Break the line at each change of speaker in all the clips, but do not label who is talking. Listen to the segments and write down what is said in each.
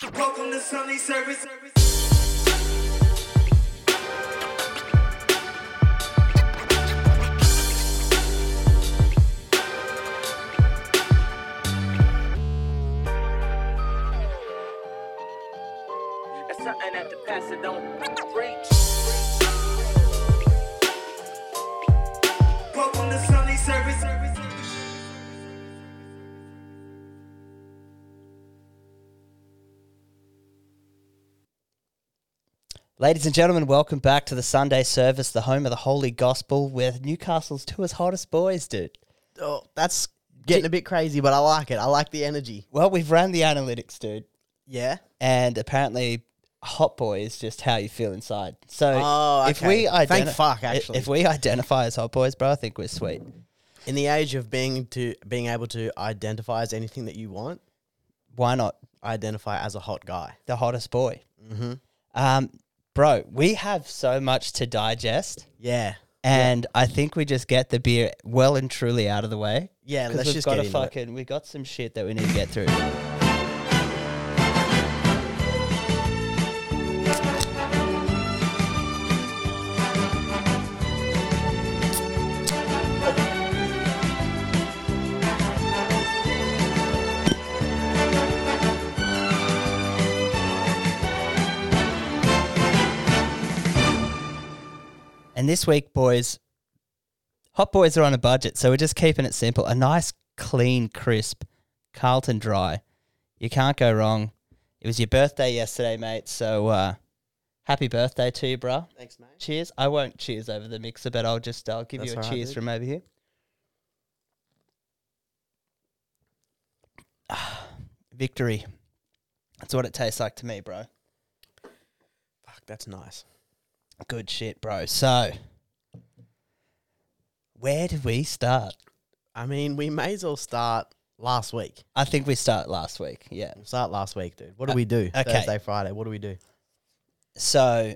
service, Sunday service. That's something that the pastor don't preach. Welcome to Sunday service.
Ladies and gentlemen, welcome back to the Sunday service, the home of the Holy Gospel, with Newcastle's two as hottest boys, dude.
Oh, that's getting a bit crazy, but I like it. I like the energy.
Well, we've ran the analytics, dude,
Yeah.
and apparently, hot boy is just how you feel inside. So,
Oh,
if we
okay. Thank
identi-
fuck,
i-
actually.
if we identify as hot boys, bro, I think we're sweet.
In the age of being to being able to identify as anything that you want,
Why not
identify as a hot guy.
the hottest boy? Mm-hmm. Um, bro, we have so much to digest,
Yeah.
and I think we just get the beer well and truly out of the way.
Yeah,
'Cause
let's
we've
just
got
get
to
into it.
fucking we got some shit that we need to get through. And this week, boys, Hot boys are on a budget, so we're just keeping it simple. A nice, clean, crisp Carlton dry. You can't go wrong. It was your birthday yesterday, mate. So uh, happy birthday to you, bruh.
Thanks, mate.
Cheers. I won't cheers over the mixer, but I'll just I'll give
That's
you a
all right,
cheers
dude.
from over here. Victory. That's what it tastes like to me, bro.
Fuck, that's nice.
Good shit, bro. So, where do we start?
I mean, we may as well start last week.
I think we start last week. Yeah.
Start last week, dude. What do we do?
okay.
Thursday, Friday. What do we do?
so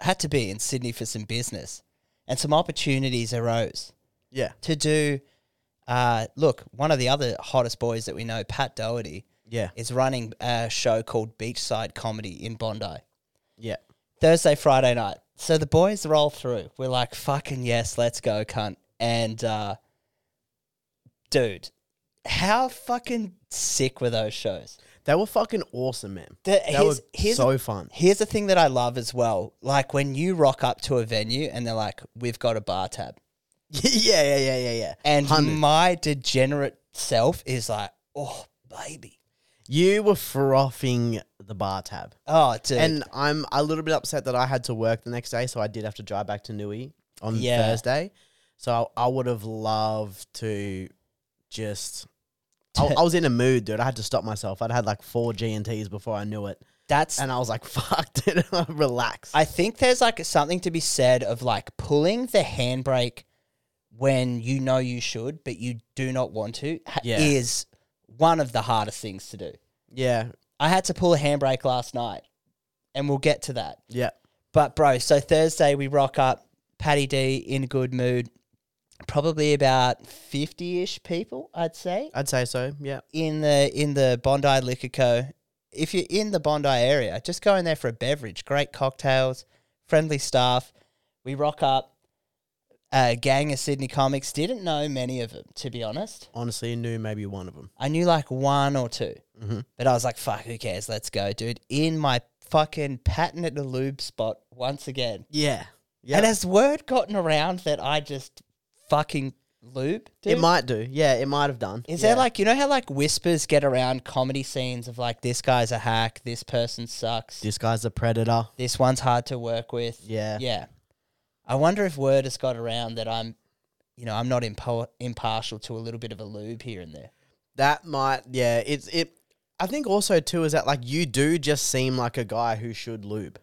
had to be in Sydney for some business, and some opportunities arose
Yeah.
to do. Uh, look, one of the other hottest boys that we know, Pat Doherty,
Yeah.
is running a show called Beachside Comedy in Bondi
Yeah.
Thursday, Friday night. So the boys roll through. We're like, fucking yes, let's go, cunt. And uh, dude, how fucking sick were those shows?
They were fucking awesome, man.
The-
That
here's-
was
here's-
so fun.
Here's the thing that I love as well. Like when you rock up to a venue and they're like, we've got a bar tab.
yeah, yeah, yeah, yeah, yeah.
And
Hundred.
my degenerate self is like, oh, baby.
you were frothing the bar tab.
Oh, dude.
And I'm a little bit upset that I had to work the next day, so I did have to drive back to Nui on
Yeah.
Thursday. So I would have loved to just. I, I was in a mood, dude. I had to stop myself. I'd had like four G and Ts before I knew it,
that's,
and I was like, "Fuck, dude, relax."
I think there's like something to be said of like pulling the handbrake when you know you should, but you do not want to ha-
Yeah.
is one of the hardest things to do.
yeah,
I had to pull a handbrake last night, and we'll get to that.
yeah,
But bro, so Thursday we rock up, Patty D in a good mood, probably about fifty ish people, I'd say,
I'd say so. Yeah,
in the in the Bondi Liquor Co. If you're in the Bondi area, just go in there for a beverage. Great cocktails, friendly staff. We rock up. A gang of Sydney comics didn't know many of them, to be honest.
honestly, knew maybe one of them.
I knew like one or 2
Mhm.
but I was like, "Fuck, who cares? Let's go, dude!" In my fucking patent at the lube spot once again.
Yeah,
And
yeah,
has word gotten around that I just fucking lube? Dude?
it might do. Yeah, it might have done.
Is
Yeah.
there like you know how like whispers get around comedy scenes of like this guy's a hack, this person sucks,
this guy's a predator?
this one's hard to work with.
Yeah.
Yeah. I wonder if word has got around that I'm, you know, I'm not impo- impartial to a little bit of a lube here and there.
That might, yeah. It's it. I think also too is that like you do just seem like a guy who should lube.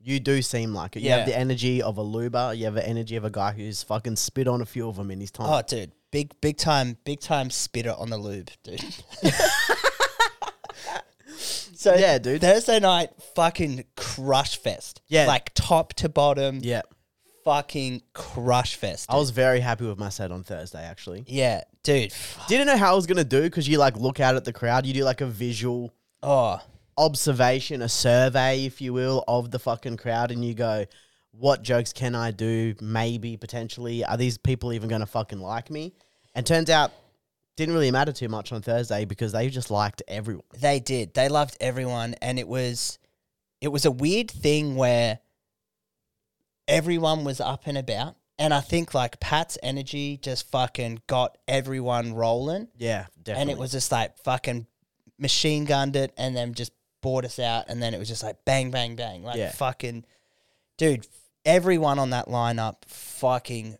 You do seem like it. You
Yeah.
have the energy of a luber. You have the energy of a guy who's fucking spit on a few of them in his time.
Oh, dude, big big time, big time spitter on the lube, dude. so
Yeah, dude.
Thursday night, fucking crush fest.
Yeah.
like top to bottom,
yeah,
fucking crush fest.
I was very happy with my set on Thursday. Actually,
yeah, dude. f-
didn't know how I was gonna do because you like look out at the crowd. You do like a visual
Oh,
observation, a survey, if you will, of the fucking crowd, and you go, "What jokes can I do? Maybe potentially, are these people even going to fucking like me?" And turns out, didn't really matter too much on Thursday because they just liked everyone.
They did. They loved everyone, and it was it was a weird thing where everyone was up and about. And I think like Pat's energy just fucking got everyone rolling.
Yeah, definitely.
And it was just like fucking machine gunned it and then just bored us out. And then it was just like bang, bang, bang. Like
Yeah.
fucking, dude, everyone on that lineup fucking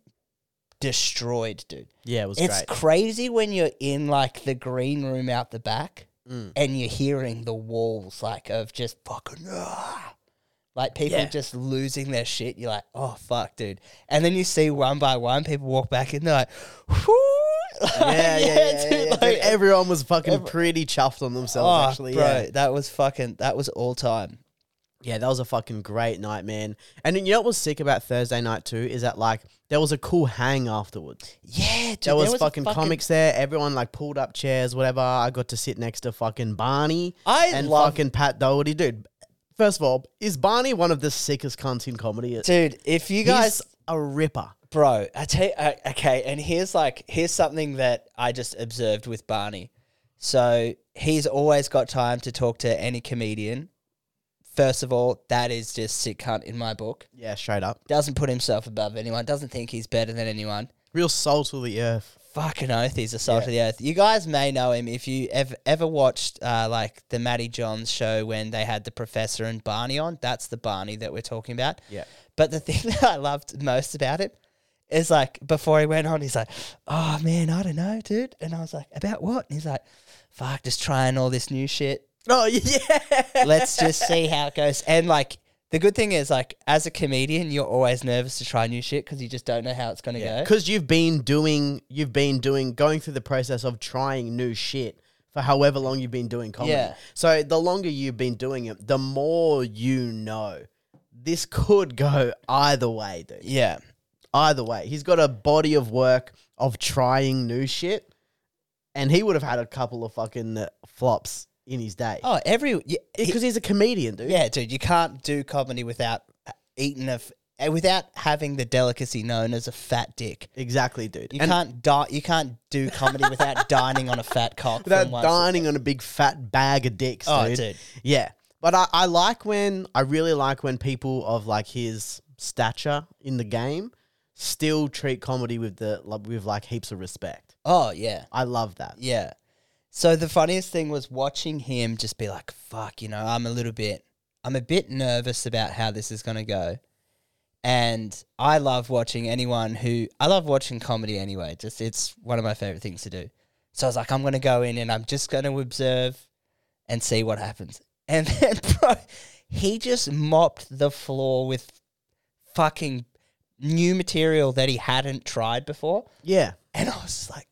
destroyed, dude.
yeah, it was
It's
great.
crazy when you're in like the green room out the back
Mm.
and you're hearing the walls like of just fucking "Ah." like people
Yeah.
just losing their shit. You're like, oh fuck, dude. And then you see one by one people walk back and they're like, whoo.
yeah, yeah, yeah, yeah, yeah, dude,
like,
everyone was fucking
every-
pretty chuffed on themselves.
oh,
actually,
bro,
yeah.
that was fucking that was all time.
Yeah, that was a fucking great night, man. And you know what was sick about Thursday night too is that like there was a cool hang afterwards.
Yeah, dude.
There was,
a
fucking, comics there. Everyone like pulled up chairs, whatever. I got to sit next to fucking Barney
I
and
love
fucking Pat Doherty, dude. First of all, is Barney one of the sickest cunts in comedy? You
Dude, if you guys
guys, a ripper.
Bro, I tell you, uh, okay, and here's like here's something that I just observed with Barney. So he's always got time to talk to any comedian. First of all, that is just sick cunt in my book.
Yeah, straight up,
Doesn't put himself above anyone. Doesn't think he's better than anyone.
real salt of the earth.
Fucking oath, he's a salt of the earth. You guys may know him if you ever ever watched uh, like the Matty Johns show when they had the professor and Barney on. That's the Barney that we're talking about.
Yeah.
But the thing that I loved most about it is like before he went on, he's like, "Oh man, I don't know, dude." And I was like, "About what?" And he's like, "Fuck, just trying all this new shit.
Oh yeah.
Let's just see how it goes." And like the good thing is like as a comedian, you're always nervous to try new shit because you just don't know how it's gonna go.
because you've been doing you've been doing going through the process of trying new shit for however long you've been doing comedy
Yeah.
so the longer you've been doing it the more you know this could go either way dude
Yeah.
either way he's got a body of work of trying new shit and he would have had a couple of fucking uh, flops in his day
Oh, every yeah, he-
because he's a comedian dude
yeah, dude, you can't do comedy without uh, eating a f- eh, without having the delicacy known as a fat dick.
exactly dude
You
and
can't di- you can't do comedy without dining on a fat cock.
without
from once-
dining on a big fat bag of dicks
Oh,
dude.
dude.
Yeah. But I, I like when I really like when people of like his stature in the game still treat comedy with the with like heaps of respect.
Oh yeah,
I love that.
yeah. So the funniest thing was watching him just be like, "Fuck," you know, I'm a little bit, I'm a bit nervous about how this is gonna go, and I love watching anyone who I love watching comedy anyway. Just it's one of my favorite things to do. So I was like, I'm gonna go in and I'm just gonna observe and see what happens. And then, bro, he just mopped the floor with fucking new material that he hadn't tried before.
Yeah.
And I was just like,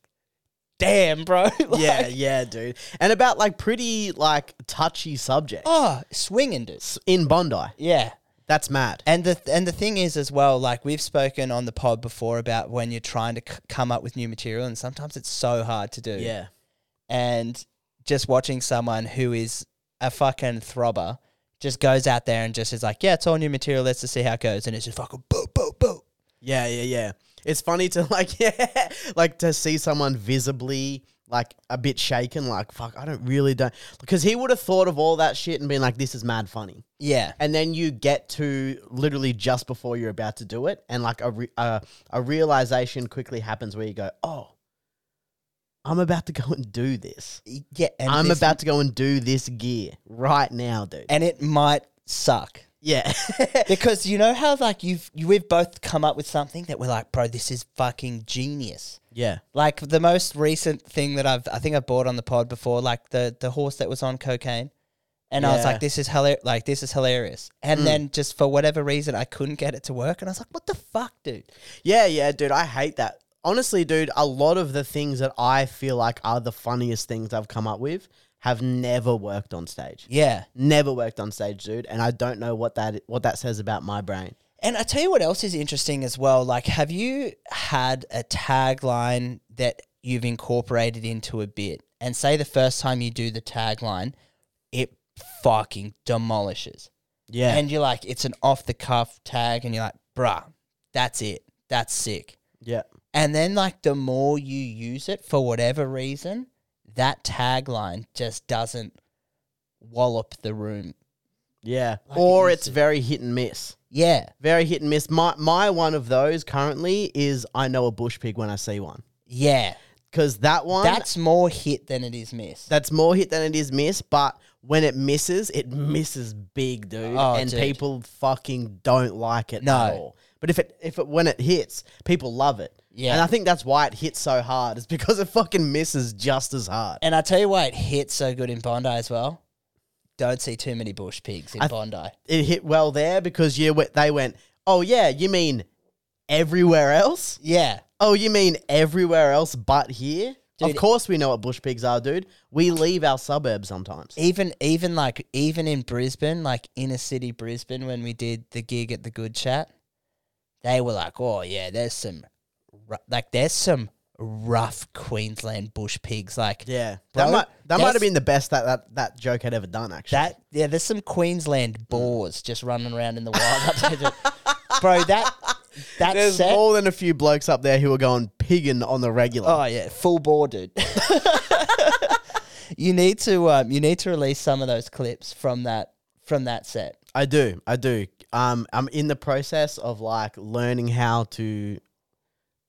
damn, bro. Like,
yeah, yeah, dude. And about like pretty like touchy subjects
Oh, swinging dude.
S- in Bondi.
Yeah.
That's mad.
And the and the thing is as well, like we've spoken on the pod before about when you're trying to c- come up with new material, and sometimes it's so hard to do.
Yeah.
And just watching someone who is a fucking throbber just goes out there and just is like, yeah, it's all new material. Let's just see how it goes. And it's just fucking boop, boop, boop.
Yeah, yeah, yeah. It's funny to like, yeah, like to see someone visibly like a bit shaken, like fuck, I don't really don't, because he would have thought of all that shit and been like, this is mad funny.
Yeah.
and then you get to literally just before you're about to do it, and like a re- a, a realization quickly happens where you go, "Oh, I'm about to go and do this.
Yeah. And
I'm
this-
about to go and do this gear right now, dude."
and it might suck.
yeah,
because you know how like you've you, we've both come up with something that we're like, bro, this is fucking genius.
yeah,
Like the most recent thing that I've I think I bought on the pod before, like the the horse that was on cocaine, and I was
Yeah.
like, this is hilarious. Like this is hilarious. And then just for whatever reason, I couldn't get it to work, and I was like, what the fuck, dude?
yeah, yeah, dude. I hate that. Honestly, dude, a lot of the things that I feel like are the funniest things I've come up with have never worked on stage.
Yeah.
Never worked on stage, dude, and I don't know what that what that says about my brain.
And I tell you what else is interesting as well. Like, have you had a tagline that you've incorporated into a bit? And say the first time you do the tagline, it fucking demolishes.
Yeah.
And you're like, it's an off the cuff tag, and you're like, bruh, that's it. That's sick.
yeah.
And then, like, the more you use it for whatever reason, that tagline just doesn't wallop the room.
Yeah.
Like
or
you
it's
said.
very hit and miss.
Yeah.
Very hit and miss. My my one of those currently is I know a bush pig when I see one.
Yeah.
Cuz that one
That's more hit than it is miss.
that's more hit than it is miss, but when it misses, it misses big, dude,
Oh,
and
dude.
people fucking don't like it at
No.
all. But if it if it when it hits, people love it.
Yeah.
And I think that's why it hits so hard. Is because it fucking misses just as hard.
and I tell you why it hits so good in Bondi as well. Don't see too many bush pigs in
I-
Bondi.
It hit well there because you went, they went, "Oh yeah, you mean everywhere else?"
Yeah.
Oh, you mean everywhere else but here? of
Dude.
course we know what bush pigs are, dude. We leave our suburbs sometimes.
Even even like even in Brisbane, like inner city Brisbane, when we did the gig at the Good Chat, they were like, "Oh yeah, there's some, ru- like there's some rough Queensland bush pigs." Like
Yeah.
Bro,
that might that might
that's-
have been the best that, that that joke had ever done actually.
that, yeah, there's some Queensland boars just running around in the wild up there. Bro, that that
There's
set,
more than a few blokes up there who are going pigging on the regular.
Oh yeah, full bore, dude. you need to um, you need to release some of those clips from that from that set.
I do, I do. Um, I'm in the process of like learning how to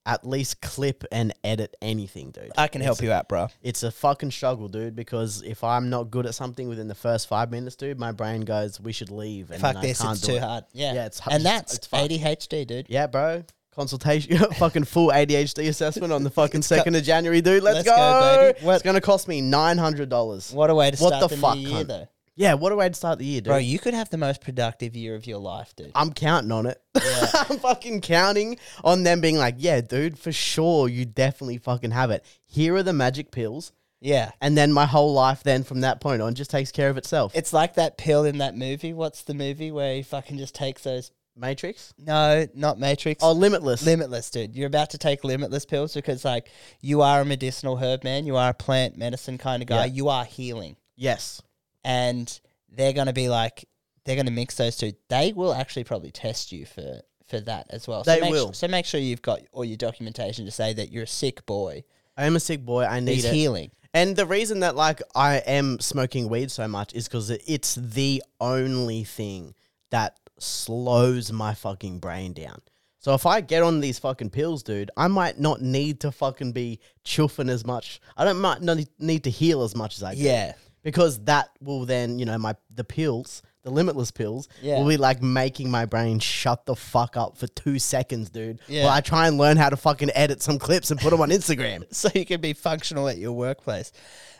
at least clip and edit anything, dude.
I can help you out, bro.
It's a fucking struggle, dude. Because if I'm not good at something within the first five minutes, dude, my brain goes, "We should leave." And
Fuck
then
this,
I can't
it's
do
too
it.
hard. Yeah,
Yeah, it's hu-
and that's
it's fucked.
ADHD, dude.
Yeah, bro. Consultation, fucking full ADHD assessment on the fucking second of January, dude. Let's,
Let's go,
go.
baby. What-
It's gonna cost me nine hundred dollars.
What a way to
What
start
the
the,
fuck,
new year,
cunt?
though,
Yeah, what a way to start the year, dude.
bro. You could have the most productive year of your life, dude.
I'm counting on it. I'm fucking counting on them being like, yeah, dude, for sure, you definitely fucking have it. Here are the magic pills,
Yeah,
and then my whole life, then from that point on, just takes care of itself.
it's like that pill in that movie. What's the movie where he fucking just takes those?
Matrix.
No, not Matrix.
Oh, limitless.
Limitless, dude. You're about to take limitless pills because, like, you are a medicinal herb man. You are a plant medicine kind of guy.
Yeah.
You are healing.
yes.
And they're going to be like, they're going to mix those two. They will actually probably test you for, for that as well.
They
so make su-
will.
so make sure you've got all your documentation to say that you're a sick boy
I am a sick boy. I need
who's
it.
healing.
And the reason that like I am smoking weed so much is because it's the only thing that slows my fucking brain down. So if I get on these fucking pills, dude, I might not need to fucking be chuffing as much. I don't might not need to heal as much as I do.
Yeah.
Because that will then, you know, my the pills, the limitless pills,
Yeah.
will be like making my brain shut the fuck up for two seconds, dude.
Yeah.
While I try and learn how to fucking edit some clips and put them on Instagram.
So you can be functional at your workplace.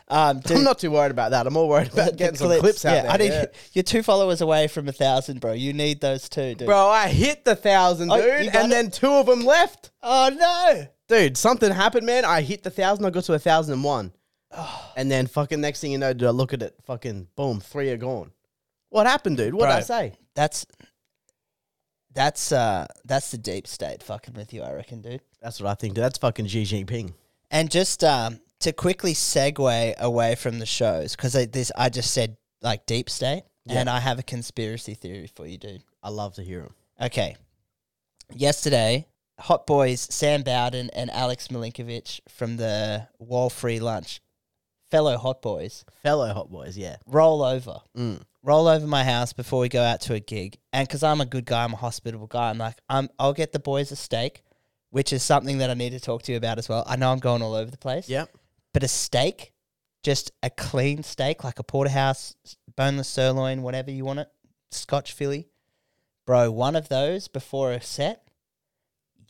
Um, dude,
I'm not too worried about that. I'm more worried about
the
getting some clips out
yeah,
there.
I need,
yeah.
You're two followers away from a thousand, bro. You need those two, dude.
Bro, I hit the thousand,
Oh,
dude,
you
and
got it?
then two of them left.
Oh, no.
Dude, something happened, man. I hit the thousand. I got to a thousand and one, and then fucking next thing you know, dude, I look at it, fucking boom, three are gone. What happened, dude? What did I
Bro.
say?
that's that's uh that's the deep state fucking with you, I reckson, dude.
That's what I think, dude. That's fucking Xi Jinping.
And just um to quickly segue away from the shows because this I just said like deep state, and I have a conspiracy theory for you, dude.
I love to hear him.
Okay, yesterday, Hot Boys Sam Bowden and Alex Milinkovic from the Wall Free Lunch, fellow Hot Boys,
Fellow hot boys, yeah.
roll over.
Mm.
roll over my house before we go out to a gig. And because I'm a good guy, I'm a hospitable guy. I'm like, i I'll get the boys a steak, which is something that I need to talk to you about as well. I know I'm going all over the place.
Yep.
But a steak, just a clean steak, like a porterhouse, s- boneless sirloin, whatever you want it, Scotch Philly. Bro, one of those before a set,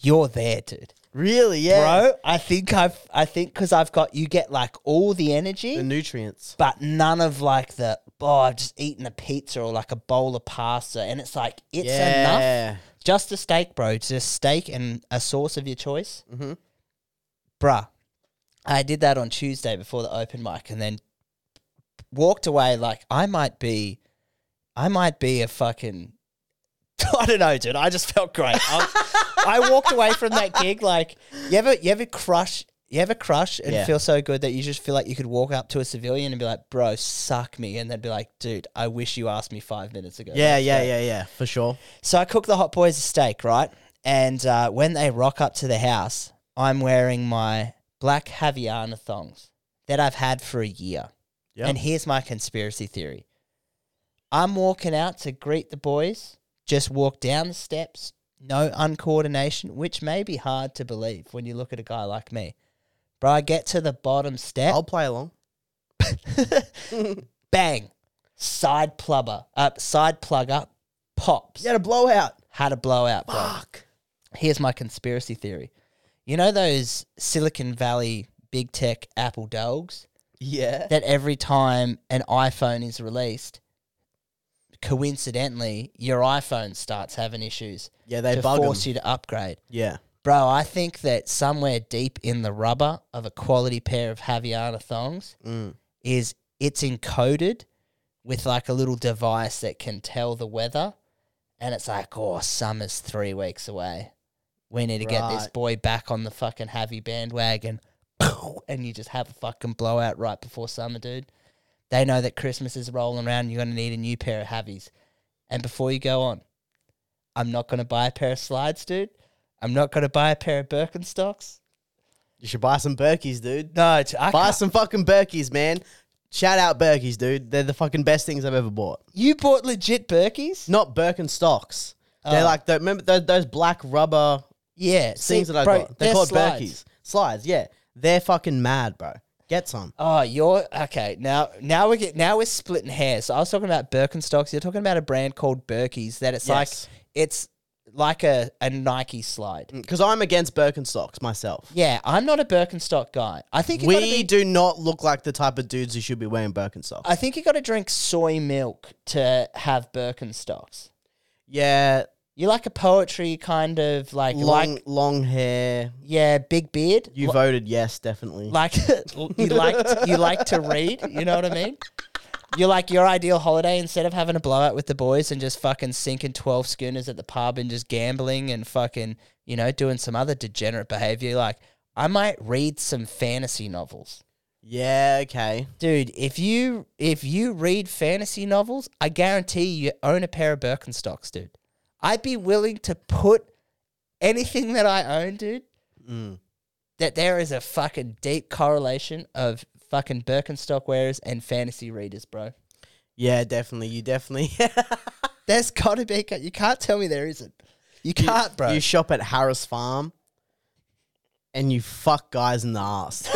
you're there, dude.
Really, yeah.
Bro, I think I've, I think because I've got, you get like all the energy
The nutrients.
but none of like the oh I've just eaten a pizza or like a bowl of pasta and it's like it's enough
yeah.
just a steak bro just steak and a sauce of your choice
hmm
bruh I did that on Tuesday before the open mic and then walked away like I might be I might be a fucking I don't know dude I just felt great I, was- I walked away from that gig like you ever you ever crush You ever crush and
Yeah.
feel so good that you just feel like you could walk up to a civilian and be like, "Bro, suck me," and they'd be like, "Dude, I wish you asked me five minutes ago."
Yeah,
That's
yeah,
great.
yeah, yeah, for sure.
So I cook the hot boys a steak, right? And uh, when they rock up to the house, I'm wearing my black Haviana thongs that I've had for a year.
Yep.
And here's my conspiracy theory. I'm walking out to greet the boys, just walk down the steps, no uncoordination, which may be hard to believe when you look at a guy like me. But I get to the bottom step,
I'll play along.
bang, side plubber, up, side plugger, pops.
You had a blowout.
Had a blowout, bro
Fuck.
here's my conspiracy theory. You know those Silicon Valley big tech Apple dogs
Yeah.
that every time an iPhone is released, coincidentally, your iPhone starts having issues
Yeah, they
to
bug 'em.
force you to upgrade.
Yeah.
Bro, I think that somewhere deep in the rubber of a quality pair of Haviana thongs
Mm.
is it's encoded with like a little device that can tell the weather and it's like oh summer's three weeks away we need to get this
Right.
boy back on the fucking heavy bandwagon and you just have a fucking blowout right before summer dude they know that christmas is rolling around and you're going to need a new pair of havies and before you go on i'm not going to buy a pair of slides dude i'm not going to buy a pair of birkenstocks
You should buy some Berkeys, dude.
no it's- I
Buy
can't-
some fucking Berkeys, man. Shout out Berkeys, dude. They're the fucking best things I've ever bought.
you bought legit birkies
Not Birkenstocks. They're
Oh.
like, the, remember those, those black rubber
Yeah,
things that I got? They're, called Berkeys. Slides, yeah. They're fucking mad, bro. Get some.
Oh, you're okay. Now, now we're get, now we're splitting hairs. So I was talking about Birkenstocks. You're talking about a brand called Berkeys. That it's
Yes. Mm.
like it's like a, a Nike slide.
Because I'm against Birkenstocks myself.
Yeah, I'm not a Birkenstock guy. I think you
We
gotta be,
do not look like the type of dudes who should be wearing Birkenstocks.
I think you got to drink soy milk to have Birkenstocks.
yeah,
You like a poetry kind of like
long
like
long hair.
yeah, big beard.
You
Li-
voted yes, definitely.
like you like you like to read. You know what I mean? You like your ideal holiday instead of having a blowout with the boys and just fucking sinking twelve schooners at the pub and just gambling and fucking you know doing some other degenerate behavior. Like I might read some fantasy novels,
yeah, okay.
dude. If you if you read fantasy novels, I guarantee you own a pair of Birkenstocks, dude. I'd be willing to put anything that I own, dude,
Mm.
that there is a fucking deep correlation of fucking Birkenstock wearers and fantasy readers, bro.
Yeah, definitely. You definitely.
There's gotta be. co- You can't tell me there isn't. You can't, bro.
You shop at Harris Farm, and you fuck guys in the ass.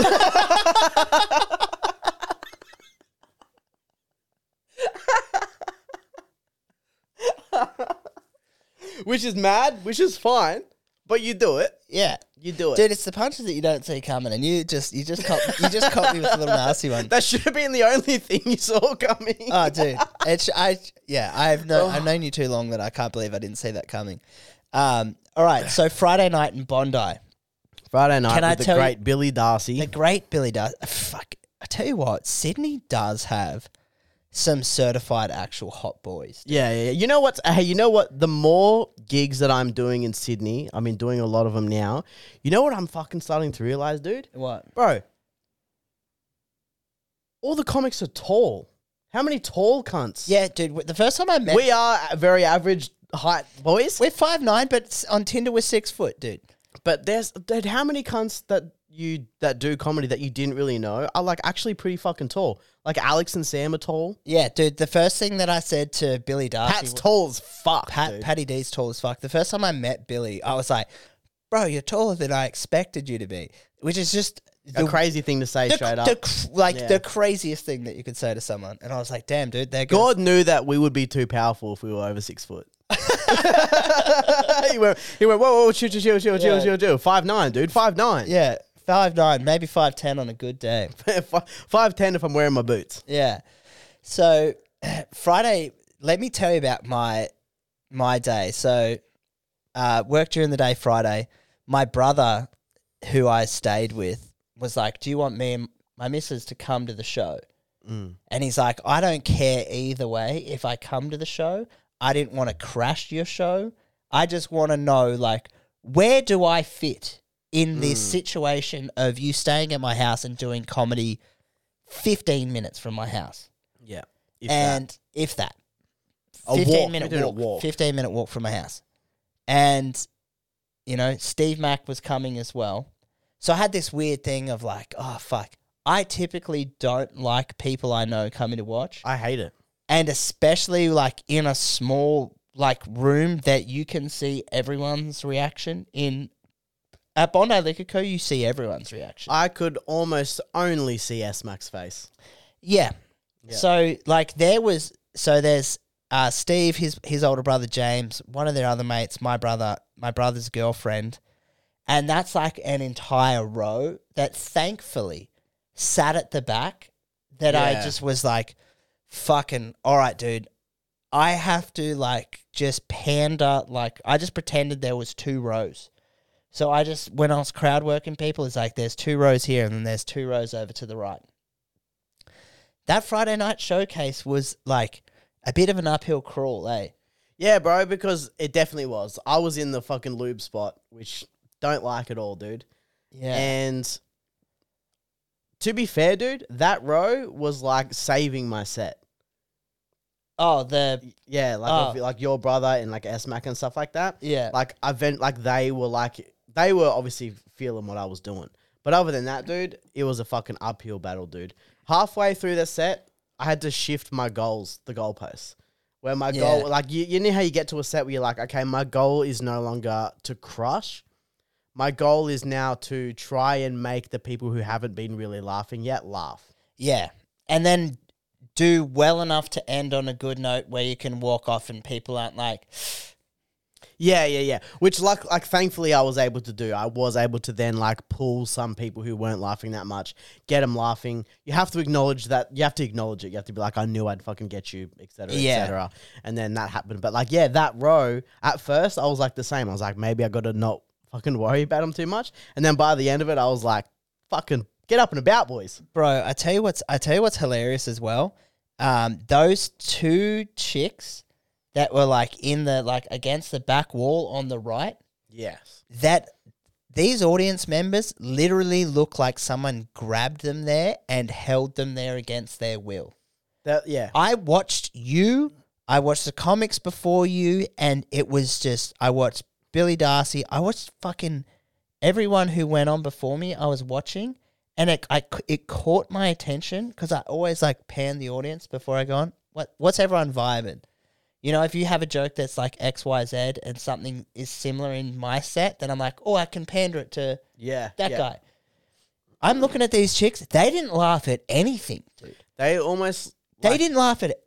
which is mad, which is fine, but you do it.
yeah,
You do it.
dude. It's the punches that you don't see coming, and you just you just cop, you just caught me with a little nasty one.
That should have been the only thing you saw coming.
Oh, dude. It's I yeah. I've no.
Oh.
I've known you too long that I can't believe I didn't see that coming. Um. All right. So Friday night in Bondi.
Friday night
Can I
with the
tell you-
great Billy Darcy.
The great Billy does. uh, Fuck. I tell you what, Sydney does have some certified actual hot boys.
Yeah, yeah, yeah. You know what? Hey, you know what? The more gigs that I'm doing in Sydney, I mean, doing a lot of them now. You know what I'm fucking starting to realize, dude?
What?
Bro, all the comics are tall. How many tall cunts?
Yeah, dude. w- The first time I met,
we are a very average height boys,
we're five nine, but s- on Tinder we're six foot, dude.
but there's dude, how many cunts that you that do comedy that you didn't really know are like actually pretty fucking tall. Like Alex and Sam are tall.
Yeah, dude. The first thing that I said to Billy Darcy,
Pat's
w-
tall as fuck.
Pat,
dude.
Patty D's tall as fuck. The first time I met Billy, I was like, "Bro, you're taller than I expected you to be," which is just
a
the
crazy thing to say
the-
straight up.
the cr- like
Yeah.
the craziest thing that you could say to someone. And I was like, "Damn, dude, they're good."
God knew that we would be too powerful if we were over six foot. he went, he went, whoa, whoa, chill, chill, chill, chill, chill,
Yeah.
chill, chill. Five nine, dude, five nine.
Yeah, five nine, maybe five ten on a good day.
Fi- five ten if I'm wearing my boots.
Yeah. So Friday, let me tell you about my my day. So uh worked during the day Friday. My brother, who I stayed with, was like, Do you want me and my missus to come to the show?
Mm.
And he's like, I don't care either way if I come to the show. I didn't want to crash your show. I just want to know like where do I fit in this situation of you staying at my house and doing comedy 15 minutes from my house.
Yeah. If
and if that.
A
15
walk.
minute
We did a
walk,
walk.
15 minute walk from my house. And, you know, Steve Mack was coming as well. So I had this weird thing of like, oh, fuck. I typically don't like people I know coming to watch
that. I hate it.
and especially like in a small like room that you can see everyone's reaction in at Bondi Liquor Co. You see everyone's reaction.
I could almost only see S Mac's face.
yeah.
Yeah.
So like there was so there's uh, Steve, his his older brother James, one of their other mates, my brother, my brother's girlfriend, and that's like an entire row that thankfully sat at the back that I
Yeah.
just was like, fucking, all right, dude, I have to like just pander, like I just pretended there was two rows. So I just when I was crowd working people, it's like there's two rows here and then there's two rows over to the right. That Friday night showcase was like a bit of an uphill crawl, eh?
Yeah, bro, because it definitely was. I was in the fucking lube spot, which don't like at all, dude.
Yeah.
And to be fair, dude, that row was like saving my set.
oh, the
Yeah, like
Oh.
of- like your brother and like S Mac and stuff like that.
yeah.
Like I vent like they were like they were obviously feeling what I was doing. But other than that, dude, it was a fucking uphill battle, dude. Halfway through the set, I had to shift my goals, the goalposts. Where my
Yeah.
goal like you, you know how you get to a set where you're like, okay, my goal is no longer to crush. My goal is now to try and make the people who haven't been really laughing yet laugh.
Yeah. And then do well enough to end on a good note where you can walk off and people aren't like,
Yeah, yeah, yeah. Which like like thankfully I was able to do. I was able to then like pull some people who weren't laughing that much, get them laughing. You have to acknowledge that. You have to acknowledge it. You have to be like, I knew I'd fucking get you, etc.,
Yeah.
etc. And then that happened. But like, yeah, that row at first I was like the same. I was like, maybe I got to not fucking worry about them too much. And then by the end of it, I was like, fucking get up and about, boys.
bro, I tell you what's I tell you what's hilarious as well. Um, those two chicks that were like in the like against the back wall on the right,
Yes.
that these audience members literally look like someone grabbed them there and held them there against their will.
That yeah.
I watched you. I watched the comics before you, and it was just I watched Billy Darcy. I watched fucking everyone who went on before me. I was watching, and it I, it caught my attention because I always like pan the audience before I go on. What what's everyone vibing? You know, if you have a joke that's like X Y Z and something is similar in my set, then I'm like, oh, I can pander it to
Yeah.
that
yeah.
guy. I'm looking at these chicks. They didn't laugh at anything, dude.
They almost
They
like-
didn't laugh at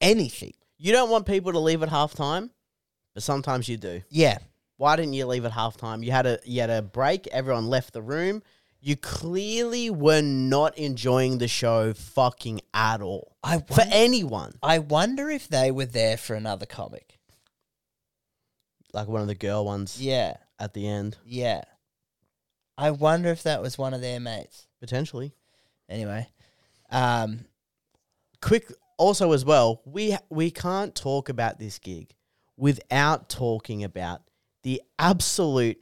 anything.
You don't want people to leave at halftime, but sometimes you do.
Yeah.
why didn't you leave at halftime? You had a you had a break. Everyone left the room. You clearly were not enjoying the show fucking at all
I
for
won-
anyone.
I wonder if they were there for another comic.
Like one of the girl ones
Yeah.
at the end,
Yeah. I wonder if that was one of their mates.
potentially.
Anyway. Um
Quick, also as well, we we can't talk about this gig without talking about the absolute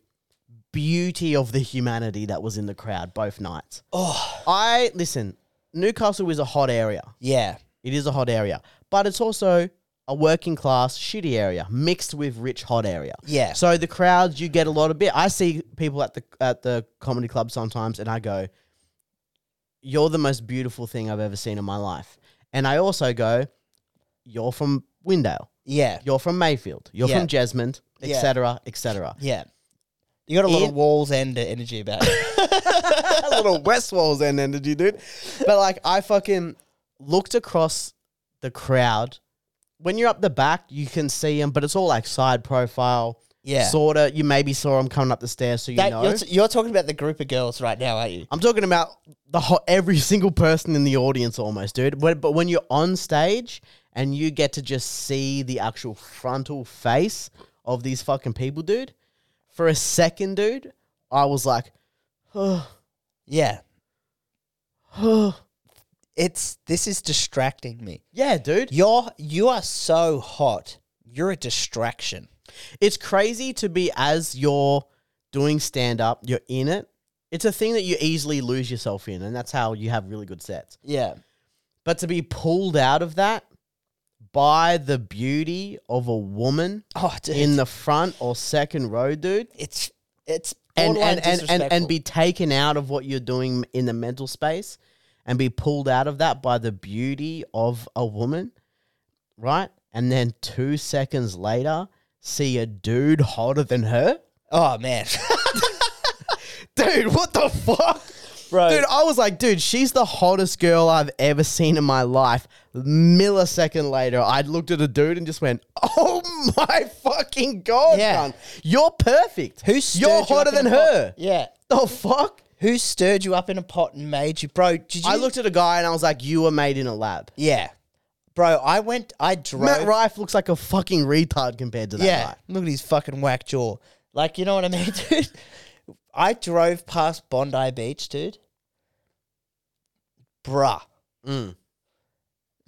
beauty of the humanity that was in the crowd both nights.
oh
I listen. Newcastle is a hot area.
yeah.
It is a hot area, but it's also a working class shitty area mixed with rich hot area.
Yeah.
So the crowds you get a lot of bit. I see people at the at the comedy club sometimes, and I go, "You're the most beautiful thing I've ever seen in my life," and I also go, "You're from Windale,
Yeah.
you're from Mayfield, you're
Yeah.
from Jesmond,
Yeah.
etc., etc."
Yeah. You got a lot of
It-
walls and energy about it.
a little West Walls end energy, dude. But like, I fucking looked across the crowd. When you're up the back, you can see them, but it's all like side profile,
Yeah.
sort of. You maybe saw them coming up the stairs, so you
That-
know.
you're, t- you're talking about the group of girls right now, aren't you?
I'm talking about the whole, every single person in the audience, almost, dude. But, but when you're on stage and you get to just see the actual frontal face of these fucking people, dude. For a second, dude, I was like,
Yeah. it's this is distracting me.
yeah, dude.
You're you are so hot. You're a distraction.
it's crazy to be as your doing stand up, you're in it. It's a thing that you easily lose yourself in, and that's how you have really good sets.
Yeah.
But to be pulled out of that by the beauty of a woman
Oh, dude.
in the front or second row, dude,
it's it's
and
borderline
and, and, and and
disrespectful.
be taken out of what you're doing in the mental space and be pulled out of that by the beauty of a woman right and then two seconds later see a dude hotter than her
Oh man,
dude what the fuck
bro.
dude i was like dude she's the hottest girl i've ever seen in my life millisecond later i looked at a dude and just went oh my fucking god
Yeah.
son. you're perfect
who stirred
you're
you up
hotter
in
than
a pot?
her
Yeah.
the fuck
Who stirred you up in a pot and made you, bro? Did you?
I looked at a guy and I was like, "You were made in a lab."
Yeah, bro. I went. I drove.
Matt Rife looks like a fucking retard compared to that
yeah.
guy.
Look at his fucking whack jaw. Like you know what I mean, dude. I drove past Bondi Beach, dude. Bruh.
Mm.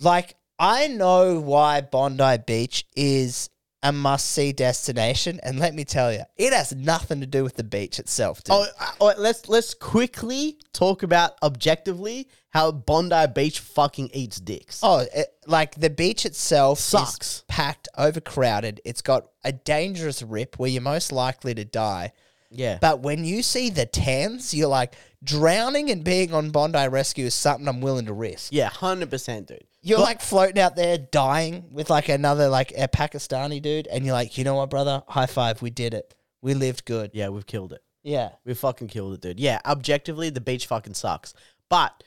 Like, I know why Bondi Beach is a must see destination. And let me tell you, it has nothing to do with the beach itself, dude.
Oh, uh, oh, let's let's quickly talk about objectively how Bondi Beach fucking eats dicks.
Oh, it, like the beach itself is
Sucks.
packed, overcrowded. It's got a dangerous rip where you're most likely to die.
yeah,
But when you see the tans, you're like, drowning and being on Bondi Rescue is something I'm willing to risk.
yeah, hundred percent, dude.
You're like floating out there dying with like another like a Pakistani dude, and you're like, you know what, brother? High five, we did it. We lived good.
Yeah, we've killed it.
Yeah.
We fucking killed it, dude. Yeah, objectively, the beach fucking sucks. But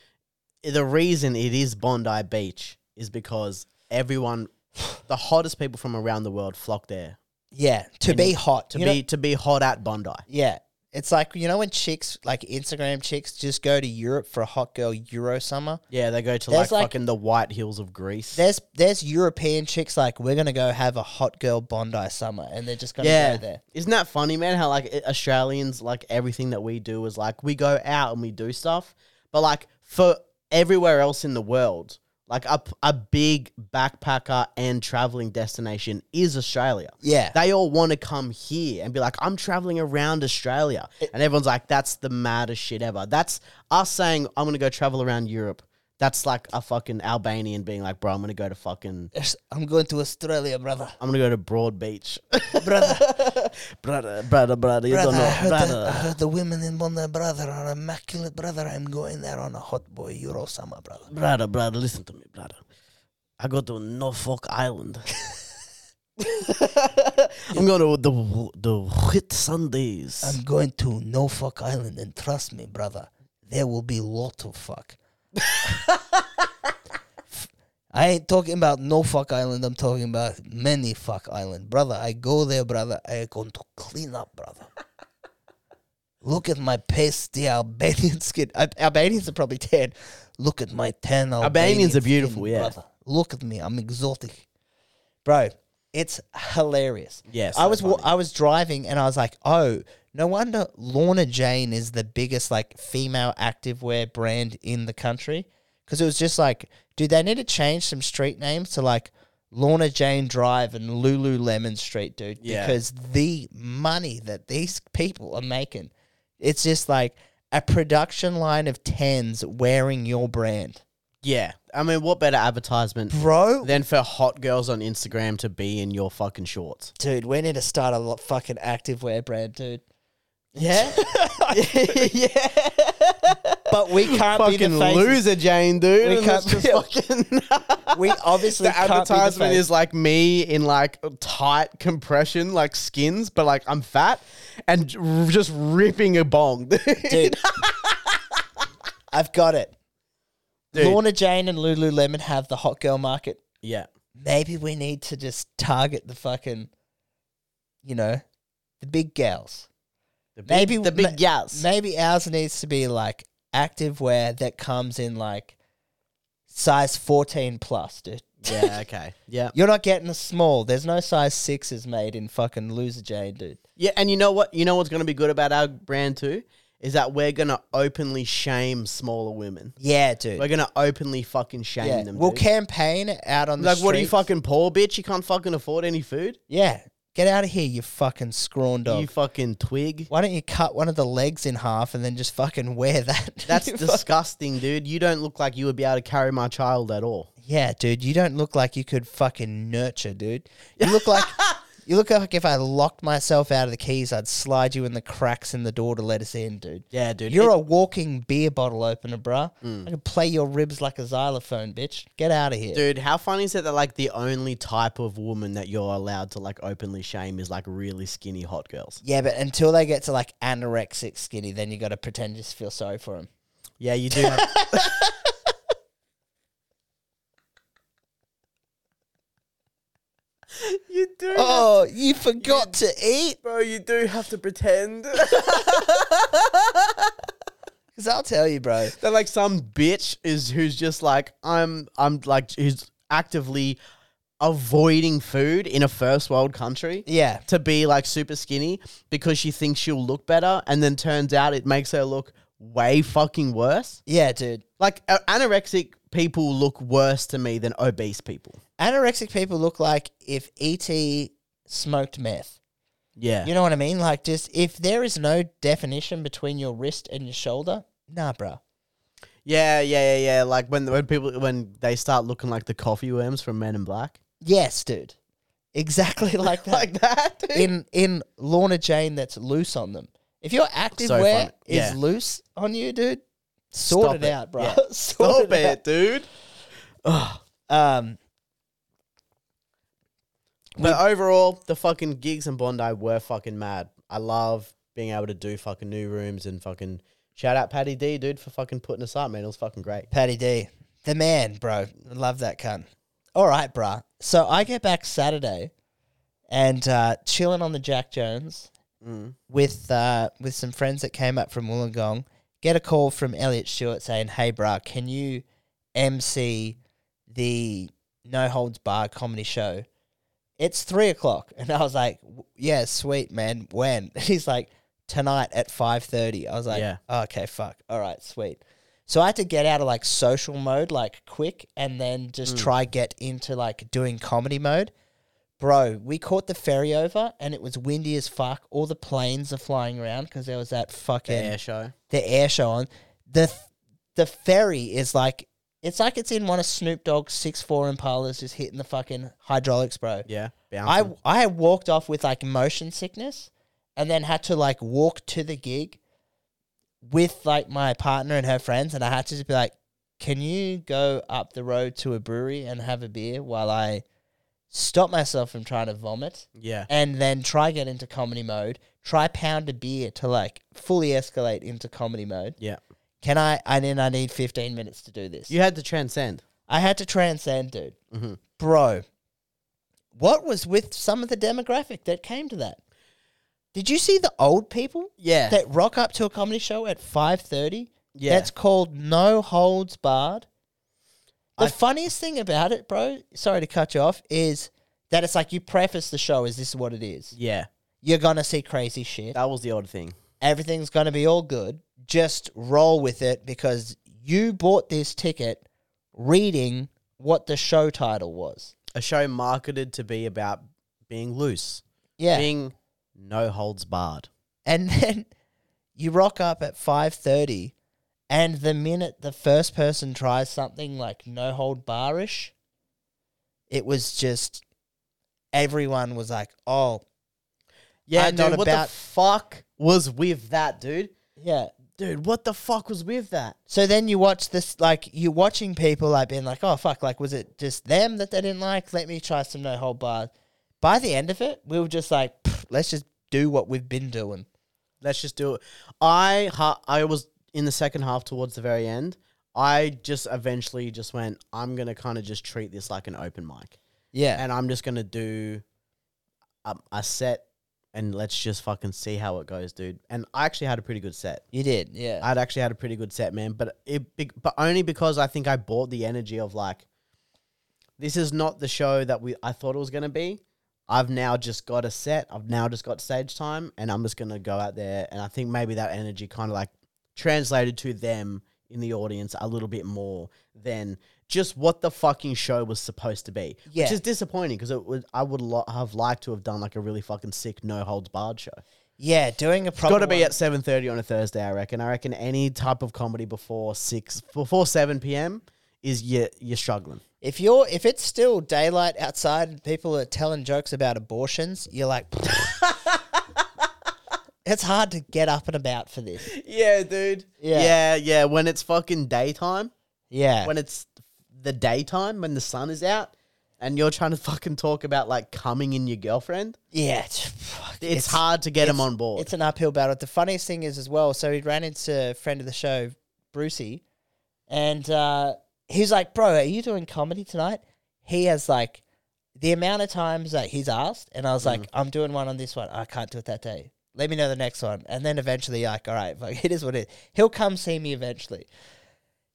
the reason it is Bondi Beach is because everyone, the hottest people from around the world, flock there
Yeah. To be hot.
to
you know-
be to be hot at Bondi.
yeah. It's like you know when chicks like Instagram chicks just go to Europe for a hot girl Euro summer.
Yeah, they go to
There's
like,
like-
fucking the white hills of Greece.
There's there's European chicks like we're gonna go have a hot girl Bondi summer and they're just gonna
yeah,
go there.
isn't that funny, man? How like i- Australians like everything that we do is like we go out and we do stuff, but like for everywhere else in the world, like a p- a big backpacker and traveling destination is Australia.
Yeah.
They all want to come here and be like, I'm traveling around Australia. and everyone's like, that's the maddest shit ever. That's us saying, I'm going to go travel around Europe. That's like a fucking Albanian being like, bro, I'm going to go to fucking
I'm going to Australia, brother.
I'm gonna go to Broad Beach.
Brother.
brother, brother, brother, you
brother,
don't
I,
know.
heard the, I
Brother.
heard the women in Bondi, brother, are immaculate, brother. I'm going there on a hot boy Euro summer, brother.
brother, brother, listen to me, brother. I go to Norfolk Island. I'm going to the the Whit Sundays.
I'm going to No Fuck Island, and trust me, brother, there will be lot of fuck. I ain't talking about No Fuck Island. I'm talking about many Fuck Island, brother. I go there, brother. I going to clean up, brother. Look at my pace, the Albanian skin. Al- Albanians are probably tan. Look at my tan. Albanian
Albanians are
skin,
beautiful, yeah.
brother. Look at me. I'm exotic, bro. It's hilarious.
Yes,
I was
that's
wa-
funny.
I was driving and I was like, oh, no wonder Lorna Jane is the biggest like female activewear brand in the country because it was just like, do they need to change some street names to like Lorna Jane Drive and Lululemon Street, dude?
Yeah.
Because the money that these people are making, it's just like a production line of tens wearing your brand,
yeah, I mean, what better advertisement
bro.
than for hot girls on Instagram to be in your fucking shorts?
Dude, we need to start a lot fucking activewear brand, dude.
Yeah, yeah.
But we can't be
Fucking
the faces.
loser, Jane, dude.
We
and
can't
that's just
be-
fucking.
We obviously
the
can't be
advertisement
face.
is like me in like tight compression, like skins, but like I'm fat and r- just ripping a bong.
dude. I've got it.
Dude.
Lorna Jane and Lululemon have the hot girl market.
yeah.
Maybe we need to just target the fucking, you know, the big gals.
The big,
Maybe
the
ma-
big yes.
Maybe ours needs to be like active wear that comes in like size fourteen plus, dude.
yeah, okay. Yeah.
You're not getting a small. There's no size sixes made in fucking Loser Jane, dude.
Yeah, and you know what? You know what's going to be good about our brand too? Is that we're going to openly shame smaller women.
Yeah, dude.
We're going to openly fucking shame
yeah.
them.
We'll
dude.
campaign out on the
like, what are you
streets.
fucking poor, bitch? You can't fucking afford any food?
Yeah. Get out of here, you fucking scrawn dog.
You fucking twig.
Why don't you cut one of the legs in half and then just fucking wear that?
That's
You fuck-
disgusting, dude. You don't look like you would be able to carry my child at all.
yeah, dude. You don't look like you could fucking nurture, dude. You look like you look like if I locked myself out of the keys, I'd slide you in the cracks in the door to let us in, dude.
Yeah, dude.
You're
It- Mm.
a walking beer bottle opener, bruh. I can play your ribs like a xylophone, bitch. Get out of here.
Dude, how funny is it that like the only type of woman that you're allowed to like openly shame is like really skinny hot girls?
Yeah, but until they get to like anorexic skinny, then you got to pretend you feel sorry for them.
Yeah, you do. Have- you do,
Oh, you forgot to eat?
bro. You do have to pretend
Because I'll tell you, bro.
that like some bitch is who's just like I'm. I'm like who's actively avoiding food in a first world country.
Yeah.
to be like super skinny because she thinks she'll look better and then turns out it makes her look way fucking worse.
Yeah, dude.
Like a- anorexic people look worse to me than obese people.
Anorexic people look like if ET smoked meth.
Yeah.
You know what I mean? Like, just if there is no definition between your wrist and your shoulder, nah, bro.
Yeah, yeah, yeah, yeah. Like when when people when they start looking like the coffee worms from Men in Black.
Yes, dude. Exactly like that.
Like that. dude.
in in Lorna Jane that's loose on them. If your active
So
wear
funny. Yeah.
is loose on you, dude, sort
Stop
it,
it.
out, bro.
Yeah.
Sort
Stop
it
it, dude.
out. Um,
But overall, the fucking gigs in Bondi were fucking mad. I love being able to do fucking new rooms and fucking shout out Patty D, dude, for fucking putting us up, man. It was fucking great.
Patty D, the man, bro. Love that cunt. All right, bruh. So I get back Saturday, and uh, chilling on the Jack Jones with uh, with some friends that came up from Wollongong. Get a call from Elliot Stewart saying, "Hey, bruh, can you MC the No Holds Bar comedy show?" It's three o'clock, and I was like, "W- "Yeah, sweet man. When?" he's like, "Tonight at 5.30. I was like, "Oh,
Yeah.
"Okay, fuck. All right, sweet." So I had to get out of like social mode like quick and then just try get into like doing comedy mode. Bro, we caught the ferry over and it was windy as fuck. All the planes are flying around because there was that fucking
air show.
the air show on. The th- the ferry is like it's like it's in one of Snoop Dogg's six four impalas just hitting the fucking hydraulics, bro.
Yeah.
I I walked off with like motion sickness, and then had to like walk to the gig with like my partner and her friends, and I had to just be like, "Can you go up the road to a brewery and have a beer while I stop myself from trying to vomit,
yeah.
and then try get into comedy mode, try pound a beer to like fully escalate into comedy mode?
Yeah.
Can I? I then I need fifteen minutes to do this.
You had to transcend.
I had to transcend, dude.
Mm-hmm.
Bro, what was with some of the demographic that came to that? Did you see the old people
Yeah.
that rock up to a comedy show at five thirty?
Yeah.
that's called No Holds Barred. The
I-
funniest thing about it, bro, sorry to cut you off, is that it's like you preface the show as this is what it is.
yeah.
You're gonna see crazy shit
That was the odd thing.
everything's going to be all good. Just roll with it because you bought this ticket reading what the show title was.
A show marketed to be about being loose,
Yeah.
being no holds barred.
and then you rock up at 5:30 and the minute the first person tries something like no hold barish it was just everyone was like, "Oh,
Yeah,
I'm
dude.
not
what
about-
the fuck was with that, dude?
yeah,
Dude, what the fuck was with that?
So then you watch this, like you're watching people like being like, oh fuck, like was it just them that they didn't like? Let me try some no hold bars. By the end of it, we were just like, "Pff, let's just do what we've been doing.
Let's just do it. I ha- I was in the second half towards the very end. I just eventually just went. I'm gonna kind of just treat this like an open mic.
Yeah,
and I'm just gonna do a, a set, and let's just fucking see how it goes, dude. And I actually had a pretty good set.
you did. Yeah,
I'd actually had a pretty good set, man. But it, be- but only because I think I bought the energy of like, this is not the show that we I thought it was gonna be. I've now just got a set. I've now just got stage time, and I'm just gonna go out there. And I think maybe that energy kind of like translated to them in the audience a little bit more than just what the fucking show was supposed to be,
Yeah.
which is disappointing because it would I would lo- have liked to have done like a really fucking sick no holds barred show.
Yeah, doing a
It's
proper.
got to be
one.
at seven thirty on a Thursday, I reckon. I reckon any type of comedy before six, before seven p.m. is you you're struggling.
if you're if it's still daylight outside and people are telling jokes about abortions, you're like. It's hard to get up and about for this.
Yeah, dude.
Yeah.
Yeah, yeah, yeah. When it's fucking daytime,
Yeah.
when it's the daytime, when the sun is out, and you're trying to fucking talk about like coming in your girlfriend,
yeah. It's,
it's, hard to get him on board.
It's an uphill battle. The funniest thing is as well. So he ran into a friend of the show, Brucey, and uh, he's like, "Bro, are you doing comedy tonight?" He has like the amount of times that he's asked, and I was like, "I'm doing one on this one. I can't do it that day. Let me know the next one." And then eventually, like, all right, like, it is what it is. He'll come see me eventually.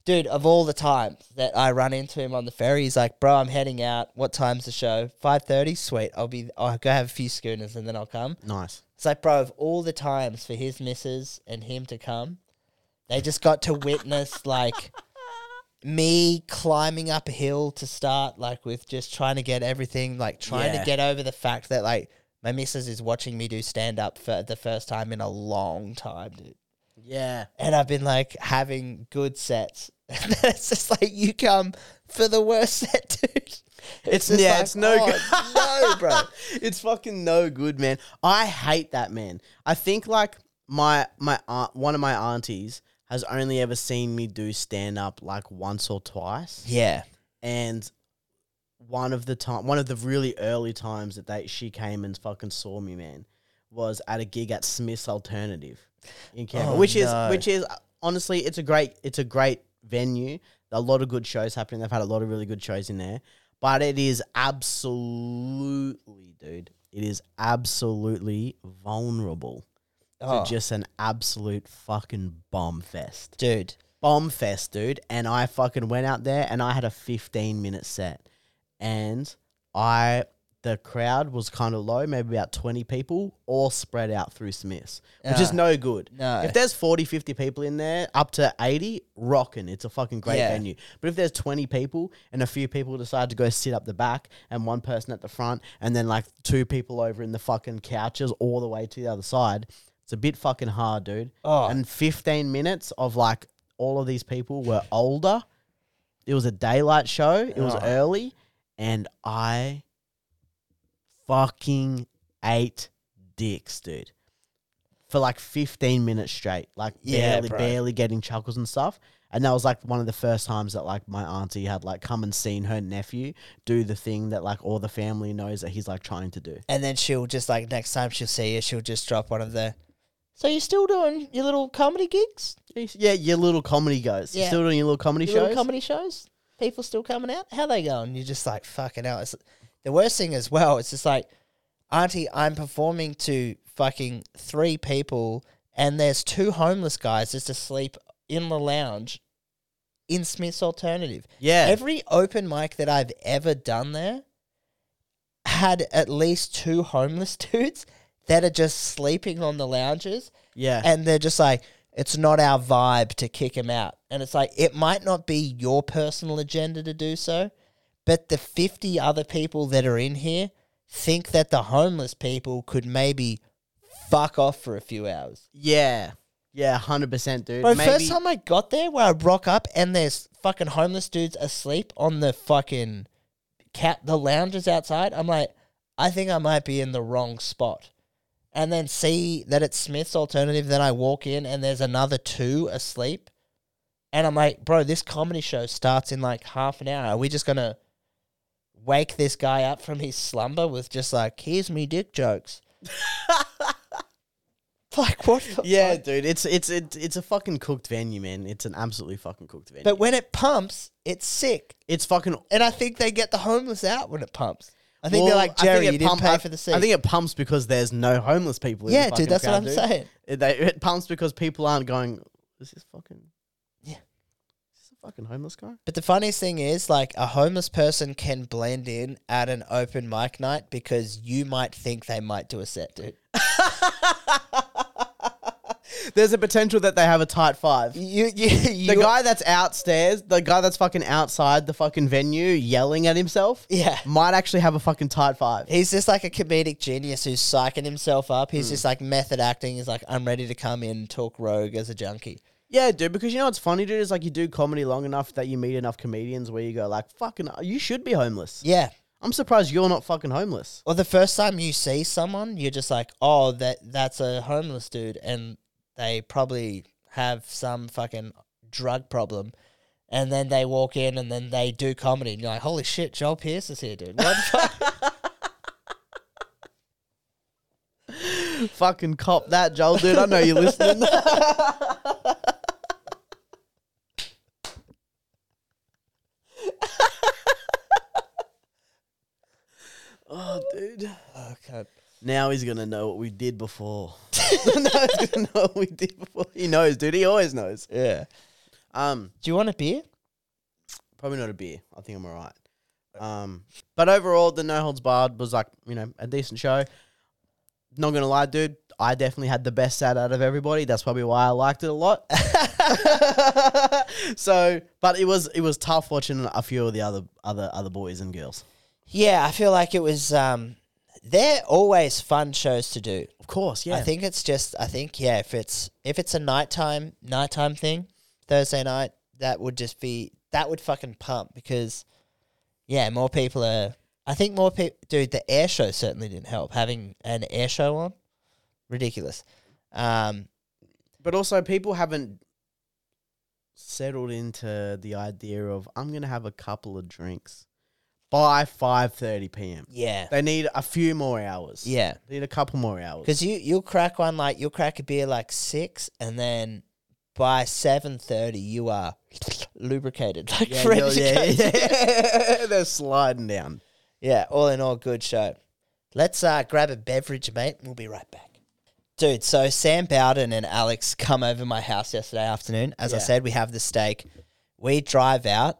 Dude, of all the times that I run into him on the ferry, he's like, "Bro, I'm heading out. What time's the show? Five thirty. Sweet. I'll be. I'll go have a few schooners and then I'll come."
nice.
It's like, bro, of all the times for his missus and him to come, they just got to witness like me climbing up a hill to start, like with just trying to get everything, like trying
Yeah.
to get over the fact that like my missus is watching me do stand up for the first time in a long time, dude.
Yeah.
And I've been like having good sets. And then it's just like you come for the worst set, dude. It's, just
yeah,
like,
it's no
oh,
good.
no, bro.
it's fucking no good, man. I hate that man. I think like my my aunt, one of my aunties has only ever seen me do stand up like once or twice,
Yeah.
and one of the time, one of the really early times that they she came and fucking saw me, man, was at a gig at Smith's Alternative in Canberra,
Oh,
which
no.
is which is honestly it's a great it's a great venue. A lot of good shows happening. They've had a lot of really good shows in there, but it is absolutely, dude, it is absolutely vulnerable
Oh,
to just an absolute fucking bomb fest
dude.
bomb fest, dude. And I fucking went out there and I had a 15 minute set. And I, the crowd was kind of low, maybe about 20 people, all spread out through Smith's, which is
Ah,
no good.
no.
If there's 40, 50 people in there, up to 80, rocking. It's a fucking great
Yeah.
venue. But if there's 20 people and a few people decide to go sit up the back and one person at the front and then like two people over in the fucking couches all the way to the other side, it's a bit fucking hard, dude
Oh.
and 15 minutes of like all of these people were older. It was a daylight show. It was
Oh.
early, and I fucking ate dicks, dude, for like 15 minutes straight. Like
Yeah,
barely,
bro.
barely getting chuckles and stuff. And that was like one of the first times that like my auntie had like come and seen her nephew do the thing that like all the family knows that he's like trying to do.
and then she'll just like next time she'll see you, she'll just drop one of the. So you're still doing your little comedy gigs,
Yeah, your little comedy goes.
Yeah.
You still doing your little comedy
your
shows?
little comedy shows. People still coming out. How they going? You're just like fucking out. It's, the worst thing as well. It's just like, Auntie, I'm performing to fucking three people, and there's two homeless guys just asleep in the lounge, in Smith's Alternative.
yeah.
Every open mic that I've ever done there had at least two homeless dudes that are just sleeping on the lounges
yeah.
and they're just like it's not our vibe to kick him out. And it's like it might not be your personal agenda to do so, but the 50 other people that are in here think that the homeless people could maybe fuck off for a few hours.
Yeah. Yeah, hundred percent, dude.
Bro,
Maybe,
first time I got there, where I rock up and there's fucking homeless dudes asleep on the fucking cat, the lounges outside. I'm like, I think I might be in the wrong spot. And then see that it's Smith's alternative. Then I walk in and there's another two asleep, and I'm like, bro, this comedy show starts in like half an hour. Are we just gonna wake this guy up from his slumber with just like, here's me dick jokes? like what? the
yeah,
fuck?
dude. It's it's it's it's a fucking cooked venue, man. It's an absolutely fucking cooked venue.
But when it pumps, it's sick.
it's fucking.
And I think they get the homeless out when it pumps. I think they're
Well,
like,
I think
Jerry,
it
you didn't
pump-
pay
I-
for the seat.
I think it pumps because there's no homeless people. In
yeah,
the
dude,
fucking
that's
crowd,
what I'm
dude.
saying.
It, they, it pumps because people aren't going. Is this fucking?
Yeah.
Is this a fucking homeless guy?
But the funniest thing is, like, a homeless person can blend in at an open mic night because you might think they might do a set, dude.
There's a potential that they have a tight five.
You, you, you,
The guy that's outstairs, the guy that's fucking outside the fucking venue yelling at himself,
Yeah.
might actually have a fucking tight five.
He's just like a comedic genius who's psyching himself up. He's
Hmm.
just like method acting. He's like, I'm ready to come in and talk rogue as a junkie.
Yeah, dude, because you know what's funny, dude, is like you do comedy long enough that you meet enough comedians where you go like, fucking, you should be homeless.
Yeah.
I'm surprised you're not fucking homeless.
Or the first time you see someone, you're just like, oh, that that's a homeless dude, and they probably have some fucking drug problem. And then they walk in and then they do comedy, and you're like, holy shit, Joel Pierce is here, dude. What the fuck?
fucking cop that, Joel, dude. I know you're listening. oh, dude.
Oh, God.
Now he's gonna know what we did before. now he's gonna know what we did before. He knows, dude. He always knows.
Yeah.
Um,
Do you want a beer?
probably not a beer. I think I'm alright. Um, but overall, the No Holds Barred was like you know a decent show. Not gonna lie, dude. I definitely had the best set out of everybody. That's probably why I liked it a lot. so, but it was it was tough watching a few of the other other other boys and girls.
Yeah, I feel like it was. Um, they're always fun shows to do.
Of course, yeah.
I think it's just I think yeah, if it's if it's a nighttime nighttime thing, Thursday night, that would just be that would fucking pump because yeah, more people are I think more people dude, the air show certainly didn't help having an air show on. Ridiculous. Um
but also people haven't settled into the idea of I'm gonna have a couple of drinks by 5:30 p.m.
yeah.
They need a few more hours.
Yeah.
They need a couple more hours.
Cuz you you'll crack one like you'll crack a beer like 6 and then by 7:30 you are lubricated like
Yeah,
ready
yo,
to
yeah,
go.
yeah. they're sliding down.
Yeah, all in all, good show. Let's uh, grab a beverage, mate. and We'll be right back. Dude, so Sam Bowden and Alex come over my house yesterday afternoon. As I
Yeah.
said, we have the steak. We drive out,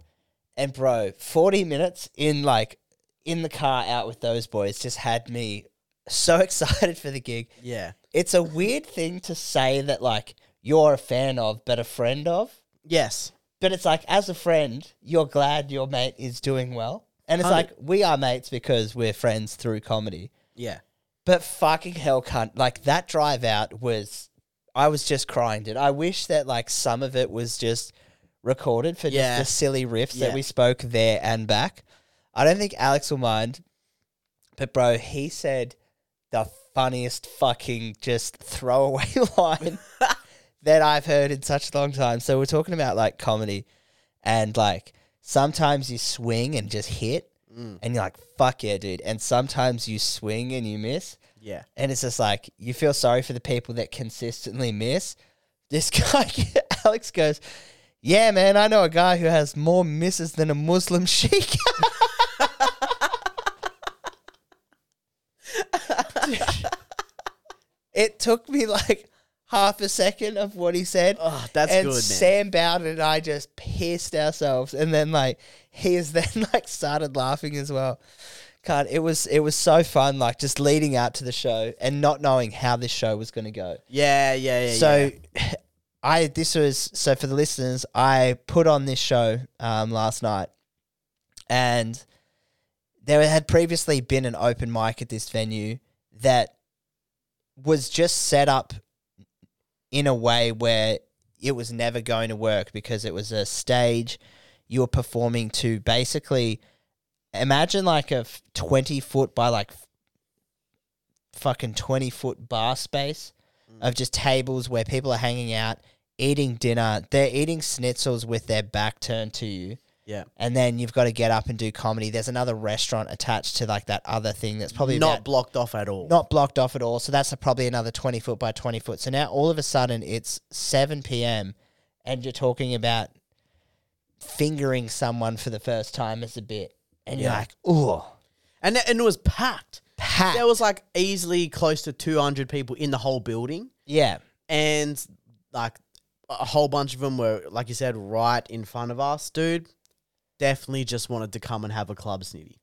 and bro, 40 minutes in like in the car out with those boys just had me so excited for the gig.
Yeah,
It's a weird thing to say that like you're a fan of, but a friend of.
yes,
But it's like, as a friend, you're glad your mate is doing well. And it's like,
Hundred-
we are mates because we're friends through comedy.
yeah.
But fucking hell, cunt. Like, that drive out was, I was just crying, dude. I wish that, like, some of it was just recorded for
Yeah.
just the silly riffs
Yeah.
that we spoke there and back. I don't think Alex will mind. But, bro, he said the funniest fucking just throwaway line that I've heard in such a long time. So we're talking about like comedy and like sometimes you swing and just hit and you're like, fuck yeah, dude. And sometimes you swing and you miss.
Yeah.
And it's just like you feel sorry for the people that consistently miss. This guy, Alex goes, Yeah, man, I know a guy who has more misses than a Muslim sheik. it took me like half a second of what he said.
Oh, that's
and
good, man.
Sam Bowden and I just pierced ourselves, and then like he has then like started laughing as well. God, it was it was so fun, like just leading out to the show and not knowing how this show was going to go.
yeah, yeah, yeah.
so,
yeah.
I this was so for the listeners, I put on this show um, last night, and there had previously been an open mic at this venue that was just set up in a way where it was never going to work because it was a stage you were performing to basically imagine like a f- 20 foot by like f- fucking 20 foot bar space of just tables where people are hanging out eating dinner they're eating schnitzels with their back turned to you
yeah.
and then you've got to get up and do comedy there's another restaurant attached to like that other thing that's probably
not
about-
blocked off at all.
not blocked off at all. So that's a, probably another 20 foot by 20 foot. So now all of a sudden it's 7 p.m. and you're talking about fingering someone for the first time as a bit. And you're
Yeah.
like, ooh,
and and it was packed.
packed.
There was like easily close to 200 people in the whole building.
yeah.
and like a whole bunch of them were, like you said, right in front of us, dude. Definitely just wanted to come and have a club snitty.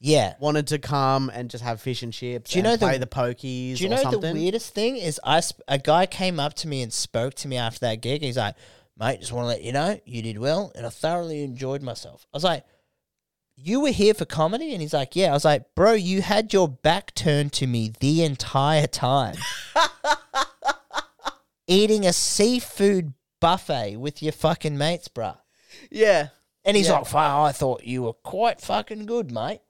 Yeah.
wanted to come and just have fish and chips.
Do you
and
know the-
play the, pokies?
Do you
or
know the
something?
weirdest thing is I sp- a guy came up to me and spoke to me after that gig. He's like, "Mate, just want to let you know you did well, and I thoroughly enjoyed myself." I was like, "You were here for comedy?" And he's like, "Yeah." I was like, "Bro, you had your back turned to me the entire time, eating a seafood buffet with your fucking mates, bruh."
Yeah.
And he's
Yeah.
like, "Fuck, I thought you were quite fucking good, mate."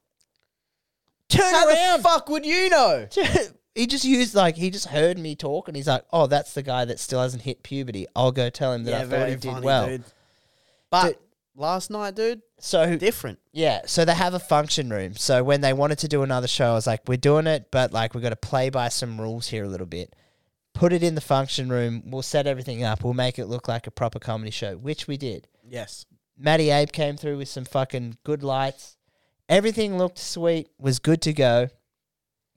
Turn
How
around,
the fuck would you know?
he just used like he just heard me talk and he's like, "Oh, that's the guy that still hasn't hit puberty. I'll go tell him that I thought he did well."
But last night, dude,
So
different.
yeah, so they have a function room. So when they wanted to do another show, I was like, "We're doing it, but like we got to play by some rules here a little bit. Put it in the function room. We'll set everything up. We'll make it look like a proper comedy show," which we did.
Yes.
Matty Abe came through with some fucking good lights. Everything looked sweet, was good to go.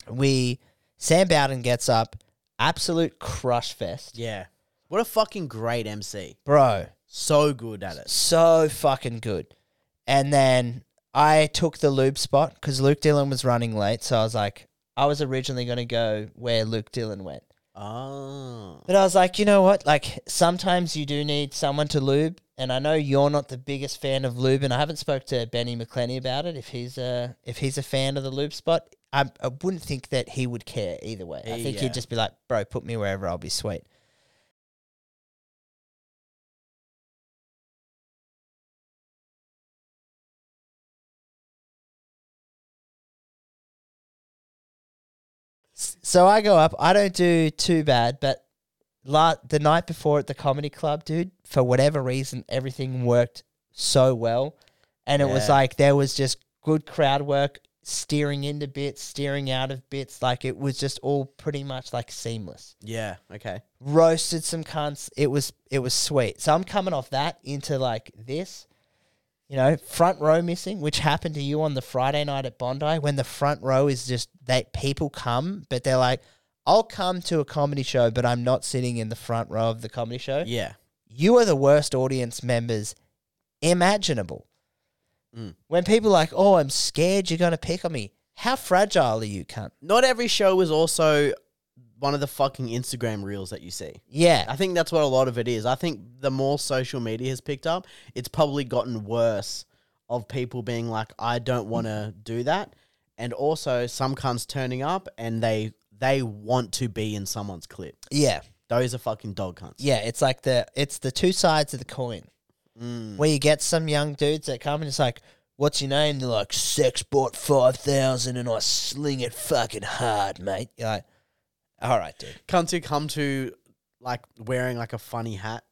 We Sam Bowden gets up, absolute crush fest.
Yeah. What a fucking great MC.
Bro,
So good at it.
so fucking good. And then I took the lube spot because Luke Dillon was running late, so I was like, I was originally gonna go where Luke Dillon went.
Oh.
But I was like, you know what? Like sometimes you do need someone to lube, and I know you're not the biggest fan of lube, and I haven't spoke to Benny McClenny about it. If he's a if he's a fan of the lube spot, I, I wouldn't think that he would care either way. I think
Yeah.
he'd just be like, bro, put me wherever, I'll be sweet. So I go up. I don't do too bad, but la- the night before at the comedy club, dude, for whatever reason, everything worked so well, and it was
Yeah.
like there was just good crowd work, steering into bits, steering out of bits. Like it was just all pretty much like seamless.
Yeah. Okay.
Roasted some cunts. It was it was sweet. So I'm coming off that into like this. You know, front row missing, which happened to you on the Friday night at Bondi when the front row is just that people come, but they're like, I'll come to a comedy show, but I'm not sitting in the front row of the comedy show.
Yeah.
You are the worst audience members imaginable.
Mm.
When people are like, oh, I'm scared you're going to pick on me, how fragile are you, cunt?
Not every show is also one of the fucking Instagram reels that you see.
Yeah.
I think that's what a lot of it is. I think the more social media has picked up, it's probably gotten worse of people being like, I don't want to do that. And also some cunts turning up and they they want to be in someone's clip.
Yeah.
Those are fucking dog cunts.
Yeah, it's like the it's the two sides of the coin.
Mm.
Where you get some young dudes that come and it's like, "What's your name?" They're like, "Sexbot five thousand, and I sling it fucking hard, mate." You're like, "All right, dude."
Cunts who come to like wearing like a funny hat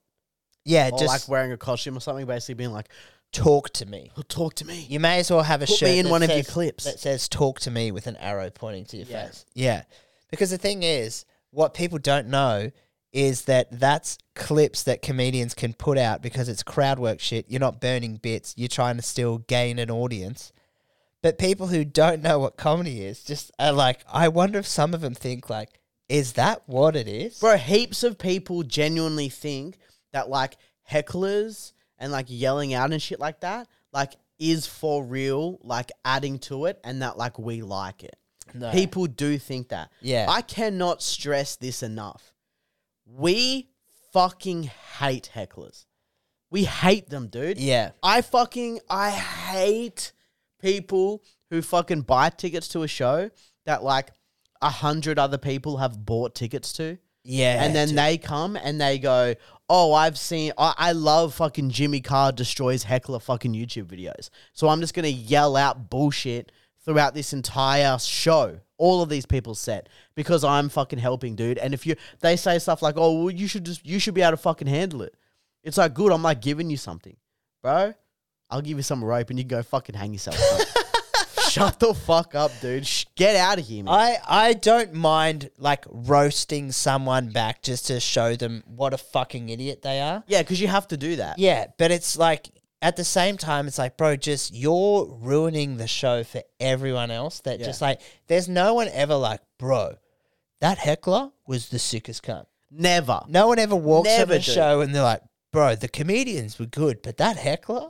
Yeah,
or
just
like wearing a costume or something, basically being like,
talk to me.
"Oh, talk to me.
You may as well have a
Put
shirt
me in
that
one of your
says-
clips.
that says "Talk to me" with an arrow pointing to your
Yeah.
face. Yeah, because the thing is, what people don't know is that that's clips that comedians can put out because it's crowd work shit. You're not burning bits. You're trying to still gain an audience. But people who don't know what comedy is just are like, I wonder if some of them think like, is that what it is?
Bro, heaps of people genuinely think that like hecklers and like yelling out and shit like that, like is for real, like adding to it, and that like we like it.
No.
People do think that.
Yeah.
I cannot stress this enough. We fucking hate hecklers. We hate them, dude.
yeah.
I fucking I hate people who fucking buy tickets to a show that like a hundred other people have bought tickets to
Yeah.
and then they come and they go, "Oh, I've seen. I, I love fucking Jimmy Carr destroys heckler fucking YouTube videos. So I'm just gonna yell out bullshit throughout this entire show. All of these people's set because I'm fucking helping, dude. And if you, they say stuff like, "Oh, well, you should just, you should be able to fucking handle it." It's like, good. I'm like giving you something, bro. I'll give you some rope and you can go fucking hang yourself. bro. Shut the fuck up, dude. Sh- Get out of here, man.
I I don't mind like roasting someone back just to show them what a fucking idiot they are.
yeah, because you have to do that.
Yeah, but it's like at the same time it's like bro just you're ruining the show for everyone else that
Yeah.
just like there's no one ever like bro that heckler was the sickest cunt.
Never.
No one ever walks up
Never
a
do.
show and they're like bro the comedians were good but that heckler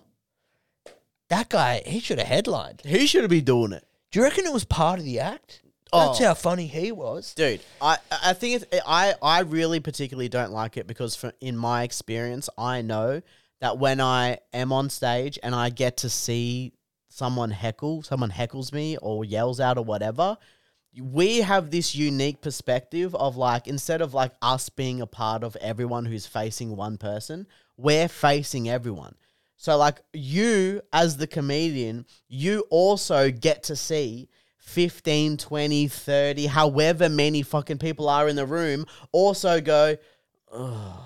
that guy he should have headlined.
He should be doing it.
Do you reckon it was part of the act? That's
Oh.
how funny he was.
dude. I I think it's, I I really particularly don't like it because for, in my experience, I know that when I am on stage and I get to see someone heckle, someone heckles me or yells out or whatever, we have this unique perspective of like instead of like us being a part of everyone who's facing one person, we're facing everyone. So like you as the comedian, you also get to see 15, 20, 30, however many fucking people are in the room also go,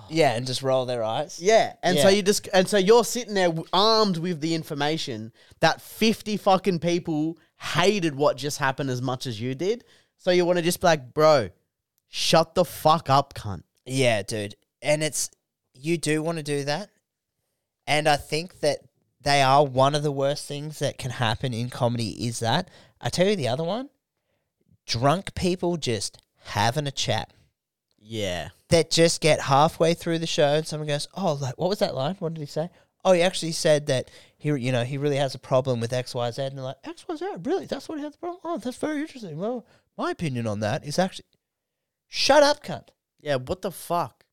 Yeah, and just roll their eyes.
yeah. And so
Yeah.
you just and so you're sitting there w- armed with the information that 50 fucking people hated what just happened as much as you did. So you want to just be like, "Bro, shut the fuck up, cunt."
Yeah, dude. And it's you do want to do that. And I think that they are one of the worst things that can happen in comedy is that. I tell you the other one. Drunk people just having a chat
Yeah.
that just get halfway through the show and someone goes, "Oh, like what was that line? What did he say?" Oh, he actually said that he, you know, he really has a problem with X, Y, Z, and they're like, "X, Y, Z, really? That's what he has a problem? Oh, that's very interesting. Well, my opinion on that is actually, shut up, cunt."
Yeah, what the fuck?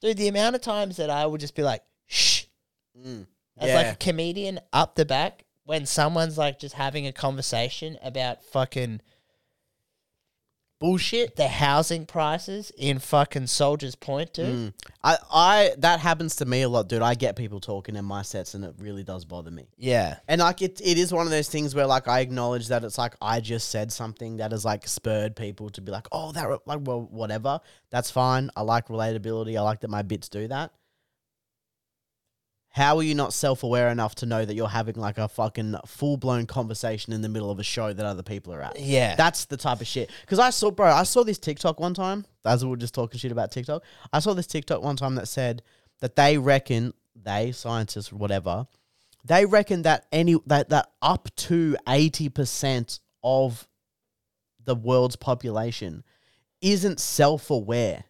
Dude, the amount of times that I would just be like, shh, as
Yeah.
like a comedian up the back when someone's like just having a conversation about fucking bullshit, the housing prices in fucking Soldiers Point,
Mm.
dude.
I, I that happens to me a lot, dude. I get people talking in my sets, and it really does bother me.
Yeah.
And like it, it is one of those things where like I acknowledge that it's like I just said something that has like spurred people to be like, oh, that re- like well, whatever, that's fine. I like relatability. I like that my bits do that. How are you not self aware enough to know that you're having like a fucking full blown conversation in the middle of a show that other people are at?
Yeah.
That's the type of shit. Because I saw, bro, I saw this TikTok one time. As we were just talking shit about TikTok, I saw this TikTok one time that said that they reckon they scientists, whatever, they reckon that any that that up to eighty percent of the world's population isn't self-aware.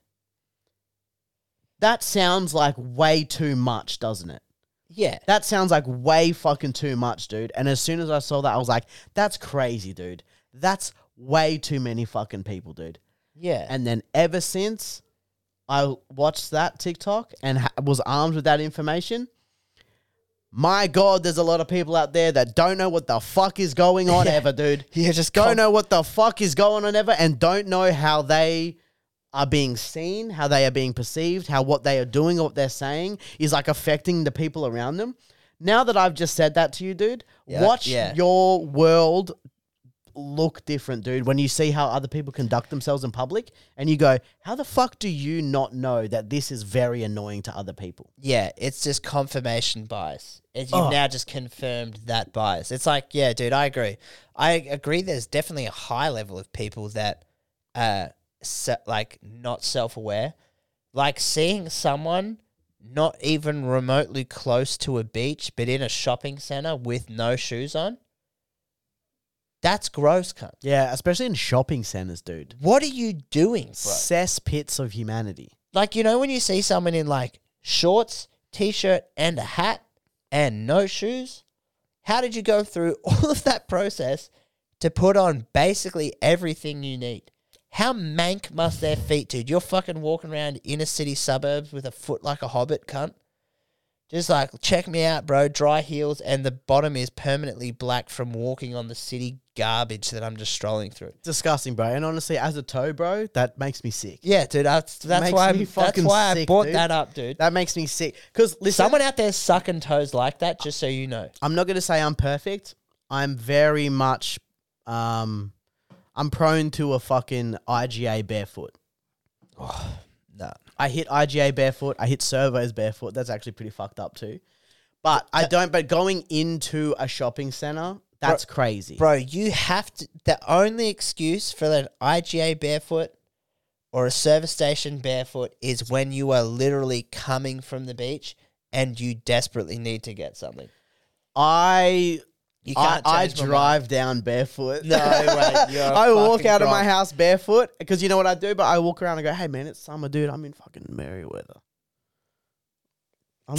That sounds like way too much, doesn't it?
yeah.
That sounds like way fucking too much, dude. And as soon as I saw that, I was like, that's crazy, dude. That's way too many fucking people, dude.
Yeah.
And then ever since I watched that TikTok and ha- was armed with that information, my God, there's a lot of people out there that don't know what the fuck is going on ever, dude.
yeah, just
Don't
con-
know what the fuck is going on ever and don't know how they are being seen, how they are being perceived, how what they are doing or what they're saying is like affecting the people around them. Now that I've just said that to you, dude, watch
yeah.
your world look different, dude. When you see how other people conduct themselves in public and you go, how the fuck do you not know that this is very annoying to other people?
Yeah, it's just confirmation bias. As you've
Oh.
now just confirmed that bias. It's like, yeah, dude, I agree. I agree. There's definitely a high level of people that, uh, se- like not self aware. Like seeing someone not even remotely close to a beach, but in a shopping center with no shoes on. That's gross, cunt.
Yeah, especially in shopping centers, dude.
What are you doing, bro?
Cesspits of humanity.
like you know when you see someone in like shorts, t-shirt, and a hat, and no shoes. How did you go through all of that process to put on basically everything you need? How mank must their feet, dude? You're fucking walking around inner city suburbs with a foot like a hobbit, cunt. Just like check me out, bro. Dry heels, and the bottom is permanently black from walking on the city garbage that I'm just strolling through.
disgusting, bro. And honestly, as a toe, bro, that makes me sick.
Yeah, dude. That's that's
Makes
why
me
I'm, that's
fucking
why I
sick,
brought
dude.
that up, dude.
That makes me sick. Because listen,
Someone out there sucking toes like that, just so you know.
I'm not gonna say I'm perfect. I'm very much, um, I'm prone to a fucking IGA barefoot.
Oh, No.
I hit IGA barefoot. I hit servos barefoot. That's actually pretty fucked up too. But I don't. But going into a shopping center, that's crazy.
Bro, you have to. The only excuse for an IGA barefoot or a service station barefoot is when you are literally coming from the beach and you desperately need to get something.
I
You
I,
can't.
I
change my mind.
drive down barefoot.
No way, you're a
I walk
fucking
out of my
drunk.
house barefoot because you know what I do. But I walk around and go, "Hey man, it's summer, dude. I'm in fucking Merryweather. I'm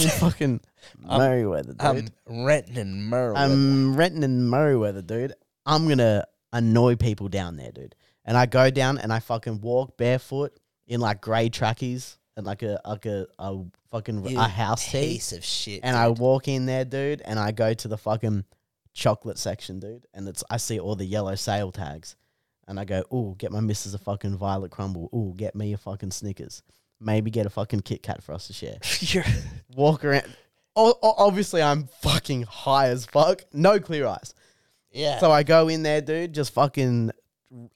in fucking Merryweather, dude.
I'm renting and Merle.
I'm renting in Merryweather, dude. I'm gonna annoy people down there, dude. And I go down and I fucking walk barefoot in like grey trackies and like a like a, a fucking
You
a house tee.
Piece of shit.
And I walk in there, dude, and I go to the fucking chocolate section, dude, and it's I see all the yellow sale tags. And I go, ooh, get my missus a fucking violet crumble. Ooh, get me a fucking Snickers. Maybe get a fucking Kit Kat for us to share.
You're,
Walk around. O- o- obviously, I'm fucking high as fuck. No clear eyes.
yeah.
So I go in there, dude, just fucking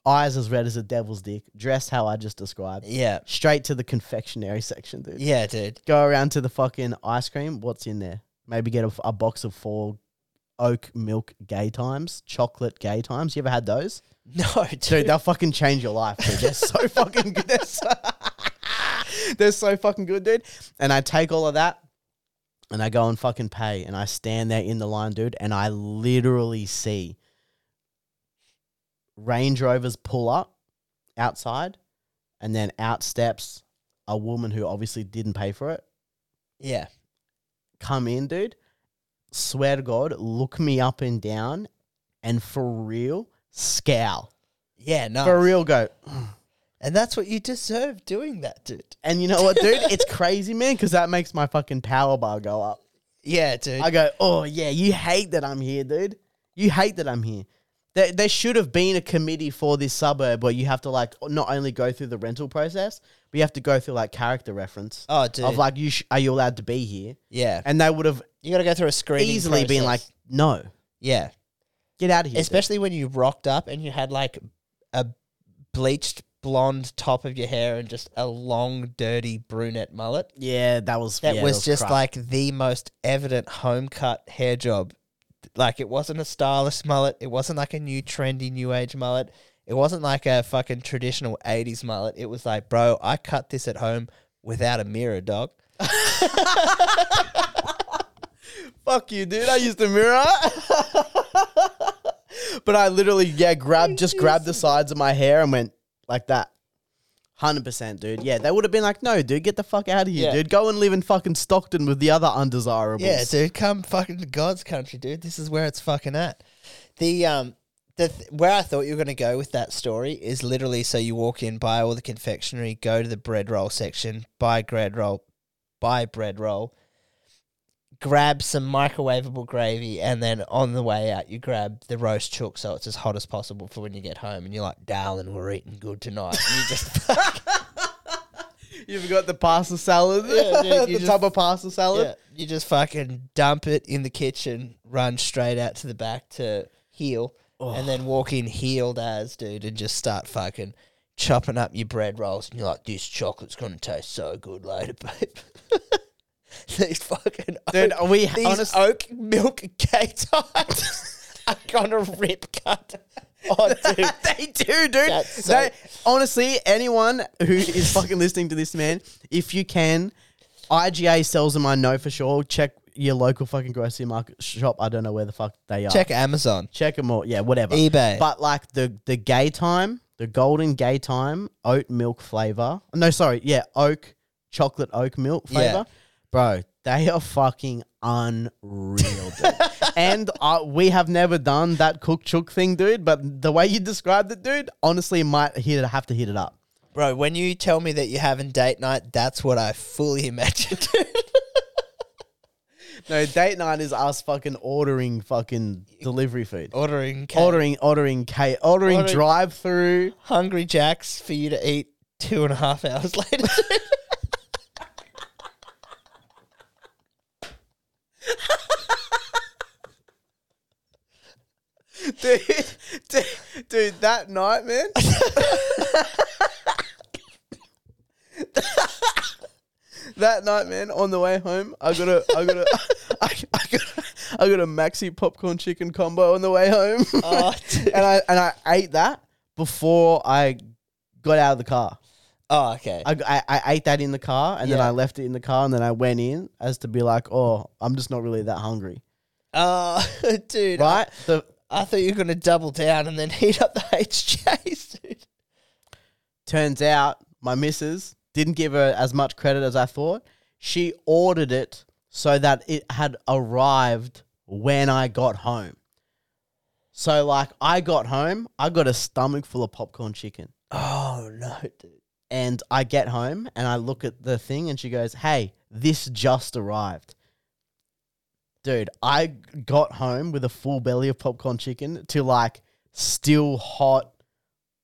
eyes as red as a devil's dick, dressed how I just described.
yeah.
Straight to the confectionery section, dude.
Yeah, dude.
Go around to the fucking ice cream. What's in there? Maybe get a, a box of four oak milk gay times, chocolate gay times. You ever had those?
No, dude.
Dude, they'll fucking change your life, dude. They're so fucking good. They're so, they're so fucking good, dude. And I take all of that and I go and fucking pay. And I stand there in the line, dude, and I literally see Range Rovers pull up outside, and then out steps a woman who obviously didn't pay for it.
yeah.
Come in, dude. Swear to God, look me up and down, and for real, scowl.
Yeah, no.
For real, go.
And that's what you deserve doing that, dude.
And you know what, dude? it's crazy, man, because that makes my fucking power bar go up.
Yeah, dude.
I go, oh, yeah, you hate that I'm here, dude. You hate that I'm here. There, there should have been a committee for this suburb where you have to, like, not only go through the rental process, but you have to go through, like, character reference
oh, dude.
of, like, you sh- are you allowed to be here?
yeah.
And they would have
You got to go through a screening.
easily been like,
process.
no,
yeah.
get out of here.
Especially when you rocked up and you had like a bleached blonde top of your hair and just a long, dirty brunette mullet.
dude." yeah, that was
That
yeah,
was just
crap.
like the most evident home cut hair job. Like it wasn't a stylish mullet. It wasn't like a new trendy new age mullet. It wasn't like a fucking traditional 80s mullet. It was like, bro, I cut this at home without a mirror, dog.
fuck you, dude. I used a mirror. but I literally, yeah, grabbed, just grabbed the sides of my hair and went like that. 100%, dude. Yeah, they would have been like, no, dude, get the fuck out of here,
Yeah.
dude. Go and live in fucking Stockton with the other undesirables.
Yeah, dude, come fucking to God's country, dude. This is where it's fucking at. The um the th- where I thought you were going to go with that story is literally so you walk in, buy all the confectionery, go to the bread roll section, buy bread roll, buy bread roll, grab some microwavable gravy, and then on the way out you grab the roast chook so it's as hot as possible for when you get home, and you're like, darling, we're eating good tonight. And you just
You've got the pasta salad,
Yeah, dude, you
the
just-
tub of pasta salad.
Yeah, you just fucking dump it in the kitchen, run straight out to the back to heal, and then walk in healed as, dude, and just start fucking chopping up your bread rolls. And you're like, this chocolate's going to taste so good later, babe. these fucking
Dude,
oak,
are we
these
honest?
oak milk cake types are going to rip cut. Oh, dude.
they do, dude.
That's so-
They- honestly, anyone who is fucking listening to this, man, if you can, IGA sells them. I know for sure. Check your local fucking grocery market shop. I don't know where the fuck they are.
Check Amazon.
check them all. Yeah, whatever.
eBay.
But like the the gay time, the golden gay time oat milk flavor. No, sorry, yeah, oak chocolate oak milk flavor, bro. They are fucking unreal, dude. and uh, we have never done that cook chook thing, dude. But the way you described it, dude, honestly, might hit have to hit it up.
Bro, when you tell me that you're having date night, that's what I fully imagined.
No, date night is us fucking ordering fucking delivery food,
ordering cake.
ordering ordering cake, ordering,
Ordering-
drive through.
Hungry Jacks for you to eat two and a half hours later.
dude, dude, dude, that night, man. that night, man. On the way home, I got a, I got a, I, I got, a, I got a maxi popcorn chicken combo on the way home,
oh, dude.
and I and I ate that before I got out of the car.
oh, okay.
I, I, I ate that in the car, and then
Yeah.
I left it in the car, and then I went in as to be like, oh, I'm just not really that hungry,
Oh, dude.
right? The,
I, I thought you were going to double down and then heat up the HJs, dude.
Turns out my missus didn't give her as much credit as I thought. She ordered it so that it had arrived when I got home. So like I got home, I got a stomach full of popcorn chicken.
Oh no, dude.
And I get home and I look at the thing and she goes, Hey, this just arrived. Dude, I got home with a full belly of popcorn chicken to like still hot.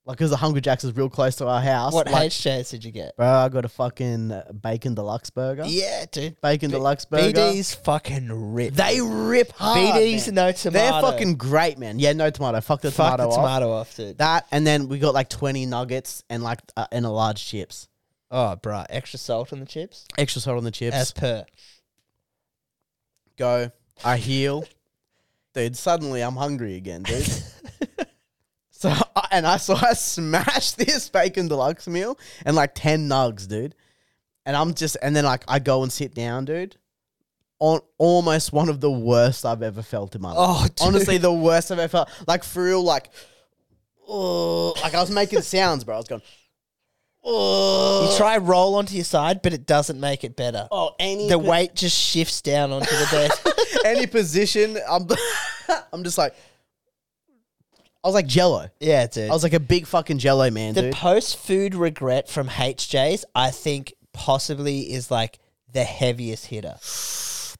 Like, because the Hungry Jacks is real close to our house.
What
like,
HJs did you get?
Bro, I got a fucking uh, bacon deluxe burger.
Yeah, dude.
Bacon
B-
deluxe burger.
BD's fucking rip.
They rip hard.
BD's
man.
no
They're
tomato.
fucking great, man. Yeah, no tomato. Fuck the
fuck
tomato.
the
off.
tomato off, dude.
That and then we got like twenty nuggets and like uh, and a large chips.
oh, bruh. Extra salt on the chips?
Extra salt on the chips.
As per.
Go. I heal. dude, suddenly I'm hungry again, dude. so I- and I saw I smashed this bacon deluxe meal and like ten nugs, dude. And I'm just and then like I go and sit down, dude. On almost one of the worst I've ever felt in my life.
Oh, dude.
Honestly, the worst I've ever felt. Like for real, like oh, like I was making sounds, bro. I was going, oh,
You try roll onto your side, but it doesn't make it better.
oh, any
the
po-
weight just shifts down onto the bed.
any position. I'm, I'm just like, I was like Jello.
yeah, dude.
I was like a big fucking Jello man,
the
dude.
post food regret from HJs, I think possibly is like the heaviest hitter.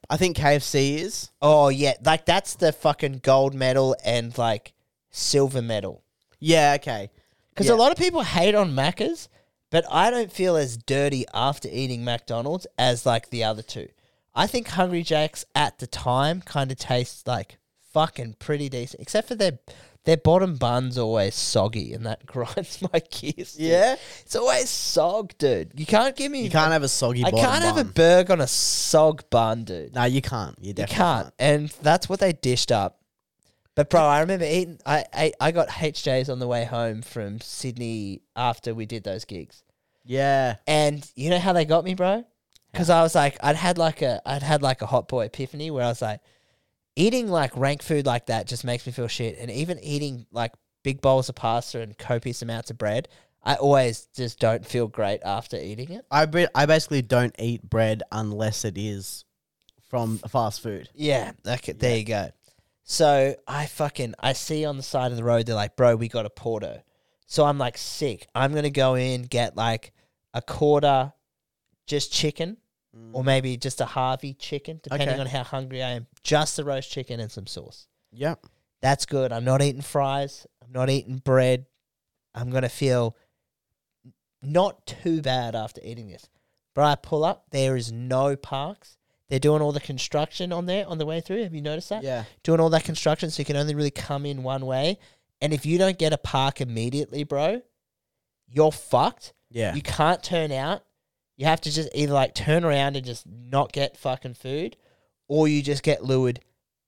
I think KFC is.
Oh yeah, like that's the fucking gold medal and like silver medal.
Yeah, okay.
Because
Yeah.
a lot of people hate on Macca's, but I don't feel as dirty after eating McDonald's as like the other two. I think Hungry Jack's at the time kind of tastes like fucking pretty decent, except for their their bottom bun's always soggy, and that grinds my gears. dude.
Yeah?
it's always sog, dude. You can't give me.
You can't have a soggy.
I can't have a burg on a sog bun, dude.
no, you can't. You
You
definitely
can't. And that's what they dished up. But bro, I remember eating. I ate, I got HJs on the way home from Sydney after we did those gigs,
Yeah.
and you know how they got me, bro? Because I was like, I'd had like a I'd had like a hot boy epiphany where I was like, eating like rank food like that just makes me feel shit, and even eating like big bowls of pasta and copious amounts of bread, I always just don't feel great after eating it.
I ba- I basically don't eat bread unless it is from fast food.
Yeah. Okay. There you go. So I fucking I see on the side of the road they're like, bro, we got a porto. So I'm like sick. I'm gonna go in get like a quarter, just chicken, or maybe just a Harvey chicken, depending
Okay.
on how hungry I am. Just the roast chicken and some sauce.
Yep.
That's good. I'm not eating fries. I'm not eating bread. I'm gonna feel not too bad after eating this. But I pull up. There is no parks. They're doing all the construction on there on the way through. Have you noticed that?
Yeah.
doing all that construction, so you can only really come in one way. And if you don't get a park immediately, bro, you're fucked.
Yeah.
You can't turn out. You have to just either like turn around and just not get fucking food, or you just get lured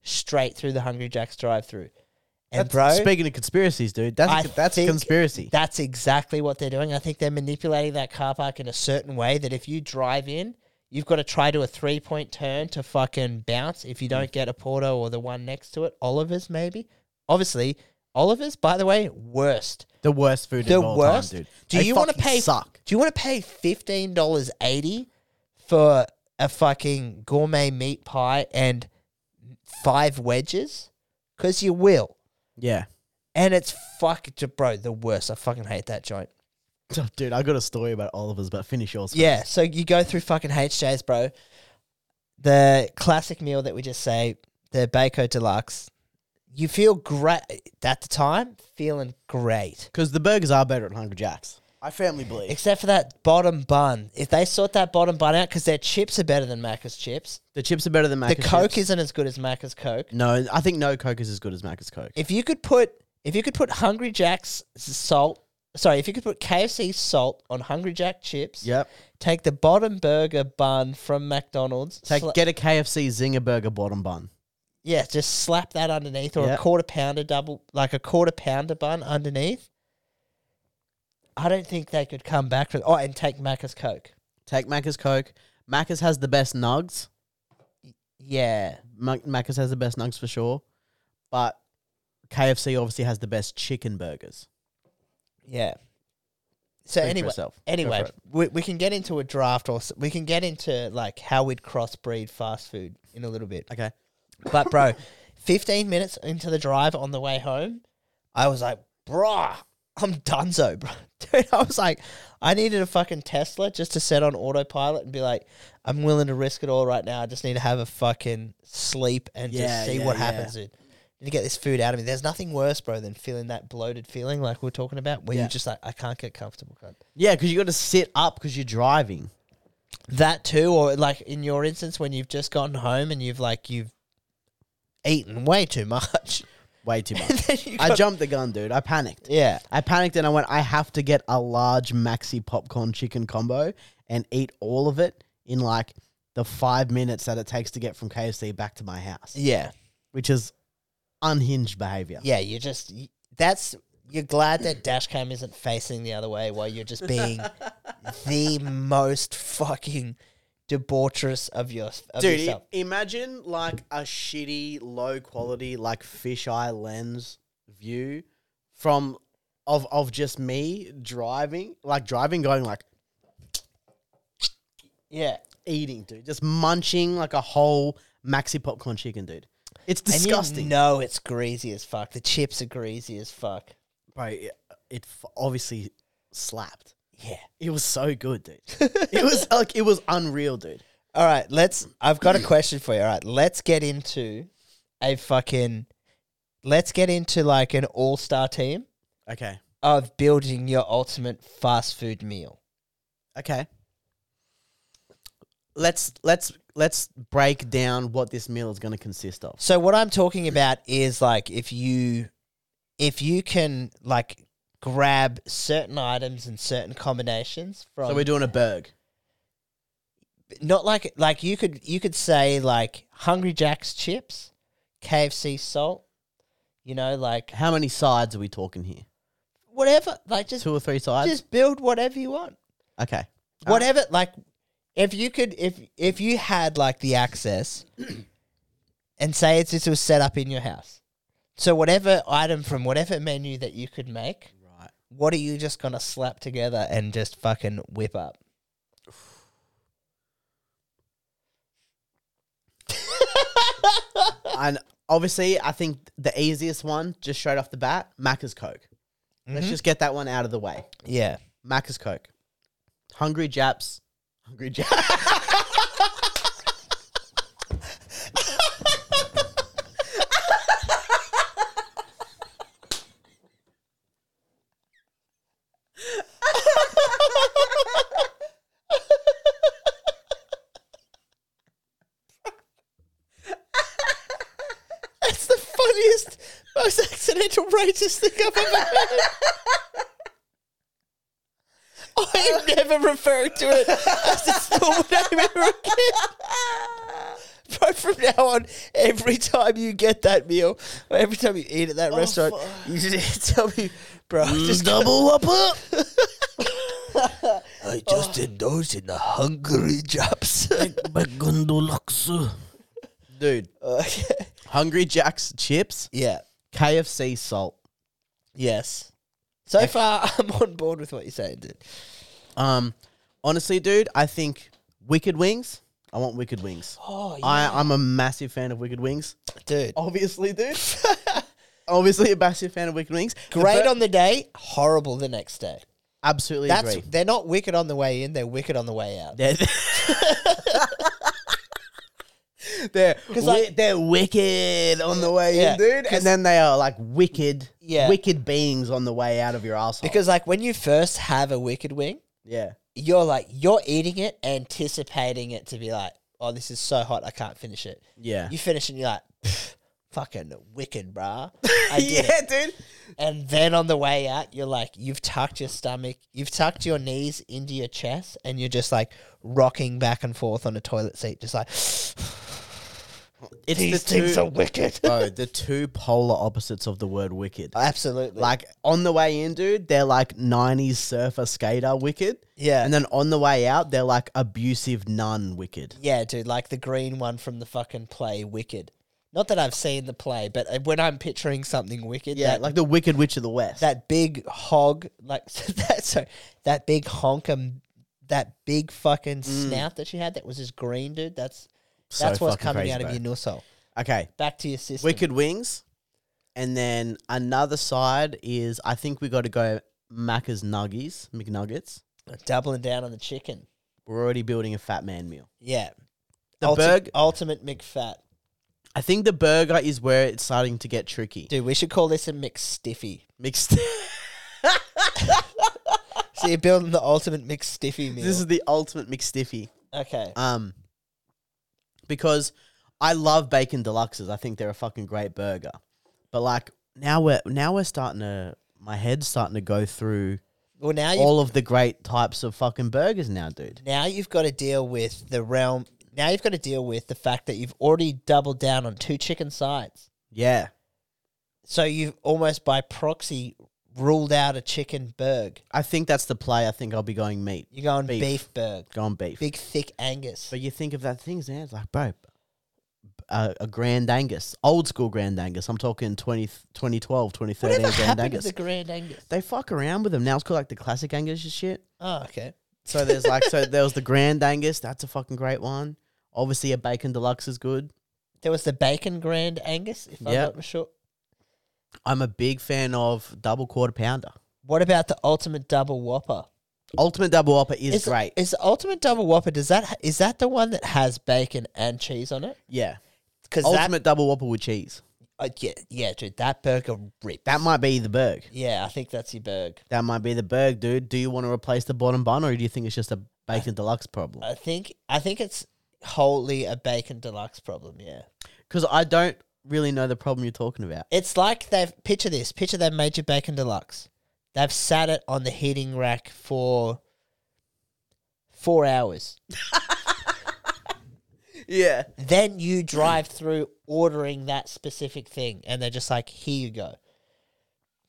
straight through the Hungry Jack's drive through. And
That's-
bro,
speaking of conspiracies, dude, that's a,
I
that's a
think
conspiracy.
that's exactly what they're doing. I think they're manipulating that car park in a certain way that if you drive in, you've got to try to a three point turn to fucking bounce if you don't get a Porto or the one next to it. Oliver's, maybe. Obviously, Oliver's, by the way, worst.
the worst food.
The
of all
worst.
Time, dude.
Do
They
you want to
fucking
pay
Suck.
Do you want to pay fifteen dollars eighty for a fucking gourmet meat pie and five wedges? Cause you will.
Yeah.
And it's fuck bro, the worst. I fucking hate that joint.
Dude, I got a story about Oliver's, but finish yours.
Yeah, so you go through fucking HJs, bro. The classic meal that we just say, the Baco Deluxe. You feel great at the time, feeling great.
Because the burgers are better at Hungry Jack's. I firmly believe.
Except for that bottom bun. If they sort that bottom bun out, because their chips are better than Macca's chips.
the chips are better than Macca's.
the Coke
chips.
isn't as good as Macca's Coke.
No, I think no Coke is as good as Macca's Coke.
If you could put if you could put Hungry Jack's salt sorry, if you could put KFC salt on Hungry Jack chips,
Yep.
take the bottom burger bun from McDonald's,
Take,
sla-
get a KFC Zinger Burger bottom bun.
Yeah, just slap that underneath or
Yeah.
a quarter pounder double, like a quarter pounder bun underneath. I don't think they could come back from. Oh, and take Macca's Coke.
Take Macca's Coke. Macca's has the best nugs.
Yeah.
Mac- Macca's has the best nugs for sure. But KFC obviously has the best chicken burgers.
Yeah. So
Speak for
anyway,
yourself. Go for
anyway,
it.
we, we can get into a draft or s- we can get into like how we'd crossbreed fast food in a little bit.
Okay.
But bro, 15 minutes into the drive on the way home, I was like, bruh, I'm donezo, bro. Dude, I was like, I needed a fucking Tesla just to set on autopilot and be like, I'm willing to risk it all right now. I just need to have a fucking sleep and
Yeah,
just see
yeah,
what
yeah.
happens, dude. Need to get this food out of me. There's nothing worse, bro, than feeling that bloated feeling like we are talking about where
Yeah.
you're just like, I can't get comfortable, cunt.
Yeah, because you got to sit up because you're driving.
That too, or like in your instance when you've just gotten home and you've like, you've eaten way too much.
Way too much.
And then you
I
got-
jumped the gun, dude. I panicked.
Yeah.
I panicked and I went, I have to get a large maxi popcorn chicken combo and eat all of it in like the five minutes that it takes to get from KFC back to my house,
Yeah.
which is unhinged behavior.
Yeah, you're just y- that's you're glad that dashcam isn't facing the other way while you're just being the most fucking debaucherous of your of
Dude,
yourself.
i- imagine like a shitty, low quality, like fisheye lens view from of of just me driving, like driving, going like
yeah.
eating, dude, just munching like a whole maxi popcorn chicken, dude. It's
And
disgusting,
you know it's greasy as fuck. The chips are greasy as fuck.
bro. It, it f- obviously slapped.
Yeah.
It was so good, dude. it was like it was unreal, dude.
All right, let's I've got a question for you. All right, let's get into a fucking let's get into like an all-star team
Okay,
of building your ultimate fast food meal.
okay. Let's let's let's break down what this meal is going to consist of.
So what I'm talking about is like if you if you can like grab certain items and certain combinations from
So we're doing a burg.
not like like you could you could say like Hungry Jack's chips, KFC salt, you know, like
How many sides are we talking here?
whatever, like just
Two or three sides?
just build whatever you want.
okay. All right.
whatever like if you could if if you had like the access and say it's this was set up in your house so whatever item from whatever menu that you could make
Right.
what are you just gonna slap together and just fucking whip up
And obviously, I think the easiest one, just straight off the bat, Macca's Coke. Let's
Mhm.
just get that one out of the way.
yeah
Macca's Coke. Hungry Japs. Hungry Japs.
that's the funniest most accidental racist thing i've ever heard I am never referring to it as its normal name ever again. Bro, from now on, every time you get that meal, or every time you eat at that restaurant, you just tell me, bro, I just Mm, double up up. I just did those in the Hungry Japs.
Dude,
Okay.
Hungry Jack's chips,
yeah.
KFC salt.
Yes. So far, I'm on board with what you're saying, dude.
Um, honestly, dude, I think Wicked Wings. I want Wicked Wings.
Oh,
I, I'm a massive fan of Wicked Wings.
dude.
Oh, Obviously, dude. Obviously, a massive fan of Wicked Wings. The
Great
bur-
on the day, horrible the next day.
absolutely
That's
agree.
they're not wicked on the way in; they're wicked on the way out.
They're, they're, wi-
like-
they're wicked on the way
Yeah,
in, dude. And then they are like wicked,
Yeah.
wicked beings on the way out of your asshole.
Because like when you first have a wicked wing,
yeah,
you're like you're eating it, anticipating it to be like, oh, this is so hot, I can't finish it.
yeah,
You finish and you're like, "Pff, fucking wicked, brah. I did it.
yeah, dude.
And then on the way out, you're like, you've tucked your stomach, you've tucked your knees into your chest, and you're just like rocking back and forth on a toilet seat, just like
It's
these
the
things
two,
are wicked.
bro, the two polar opposites of the word wicked.
Absolutely,
Like on the way in, dude, they're like '90s surfer skater wicked,
yeah.
and then on the way out, they're like abusive nun wicked.
Yeah, dude, like the green one from the fucking play Wicked. Not that I've seen the play, but uh, when I'm picturing something wicked,
Yeah,
that,
like the Wicked Witch of the West.
that big hog, like that, sorry, that big honkum, that big fucking snout that she had, that was just green, dude. That's
Mm. So
that's what's
fucking
coming
crazy,
out
bro.
of your nussle.
Okay,
Back to your system.
Wicked Wings, and then another side is I think we got to go Macca's Nuggies, McNuggets.
Doubling down on the chicken.
We're already building a fat man meal.
Yeah.
The
Ulti-
burg-
ultimate McFat.
I think the burger is where it's starting to get tricky.
Dude, we should call this a McStiffy.
Mixed.
So you're building the ultimate McStiffy meal.
this is the ultimate McStiffy.
okay.
Um, because I love bacon deluxes. I think they're a fucking great burger. But like now we're now we're starting to my head's starting to go through
Well, now you've,
all of the great types of fucking burgers now, dude.
now you've got to deal with the realm. Now you've got to deal with the fact that you've already doubled down on two chicken sides.
Yeah.
So you've almost by proxy ruled out a chicken burg.
I think that's the play. I think I'll be going meat.
You're going
Beef.
beef, burg.
Going beef.
Big, thick Angus.
But you think of that things, man. It's like, bro, a, a Grand Angus, old school Grand Angus. I'm talking 20, 2012, 2013
Whatever
Grand
happened to
Angus.
the Grand Angus?
they fuck around with them. Now it's called like the classic Angus and shit.
Oh, okay.
So there's like, so there was the Grand Angus. That's a fucking great one. Obviously, a Bacon Deluxe is good.
There was the Bacon Grand Angus, if I'm
Yep.
not sure.
I'm a big fan of Double Quarter Pounder.
What about the Ultimate Double Whopper?
Ultimate Double Whopper is, great.
Is the Ultimate Double Whopper, does that, is that the one that has bacon and cheese on it?
yeah.
Because that,
Ultimate Double Whopper with cheese.
uh, yeah, yeah, dude, that burger rips.
That might be the burg.
Yeah, I think that's your burg.
That might be the burg, dude. Do you want to replace the bottom bun or do you think it's just a Bacon Deluxe problem?
I think I think it's wholly a bacon deluxe problem. Yeah,
Because I don't really know the problem you're talking about.
it's like they've picture this. Picture they've made your bacon deluxe. They've sat it on the heating rack for four hours.
Yeah.
then you drive through ordering that specific thing and they're just like here you go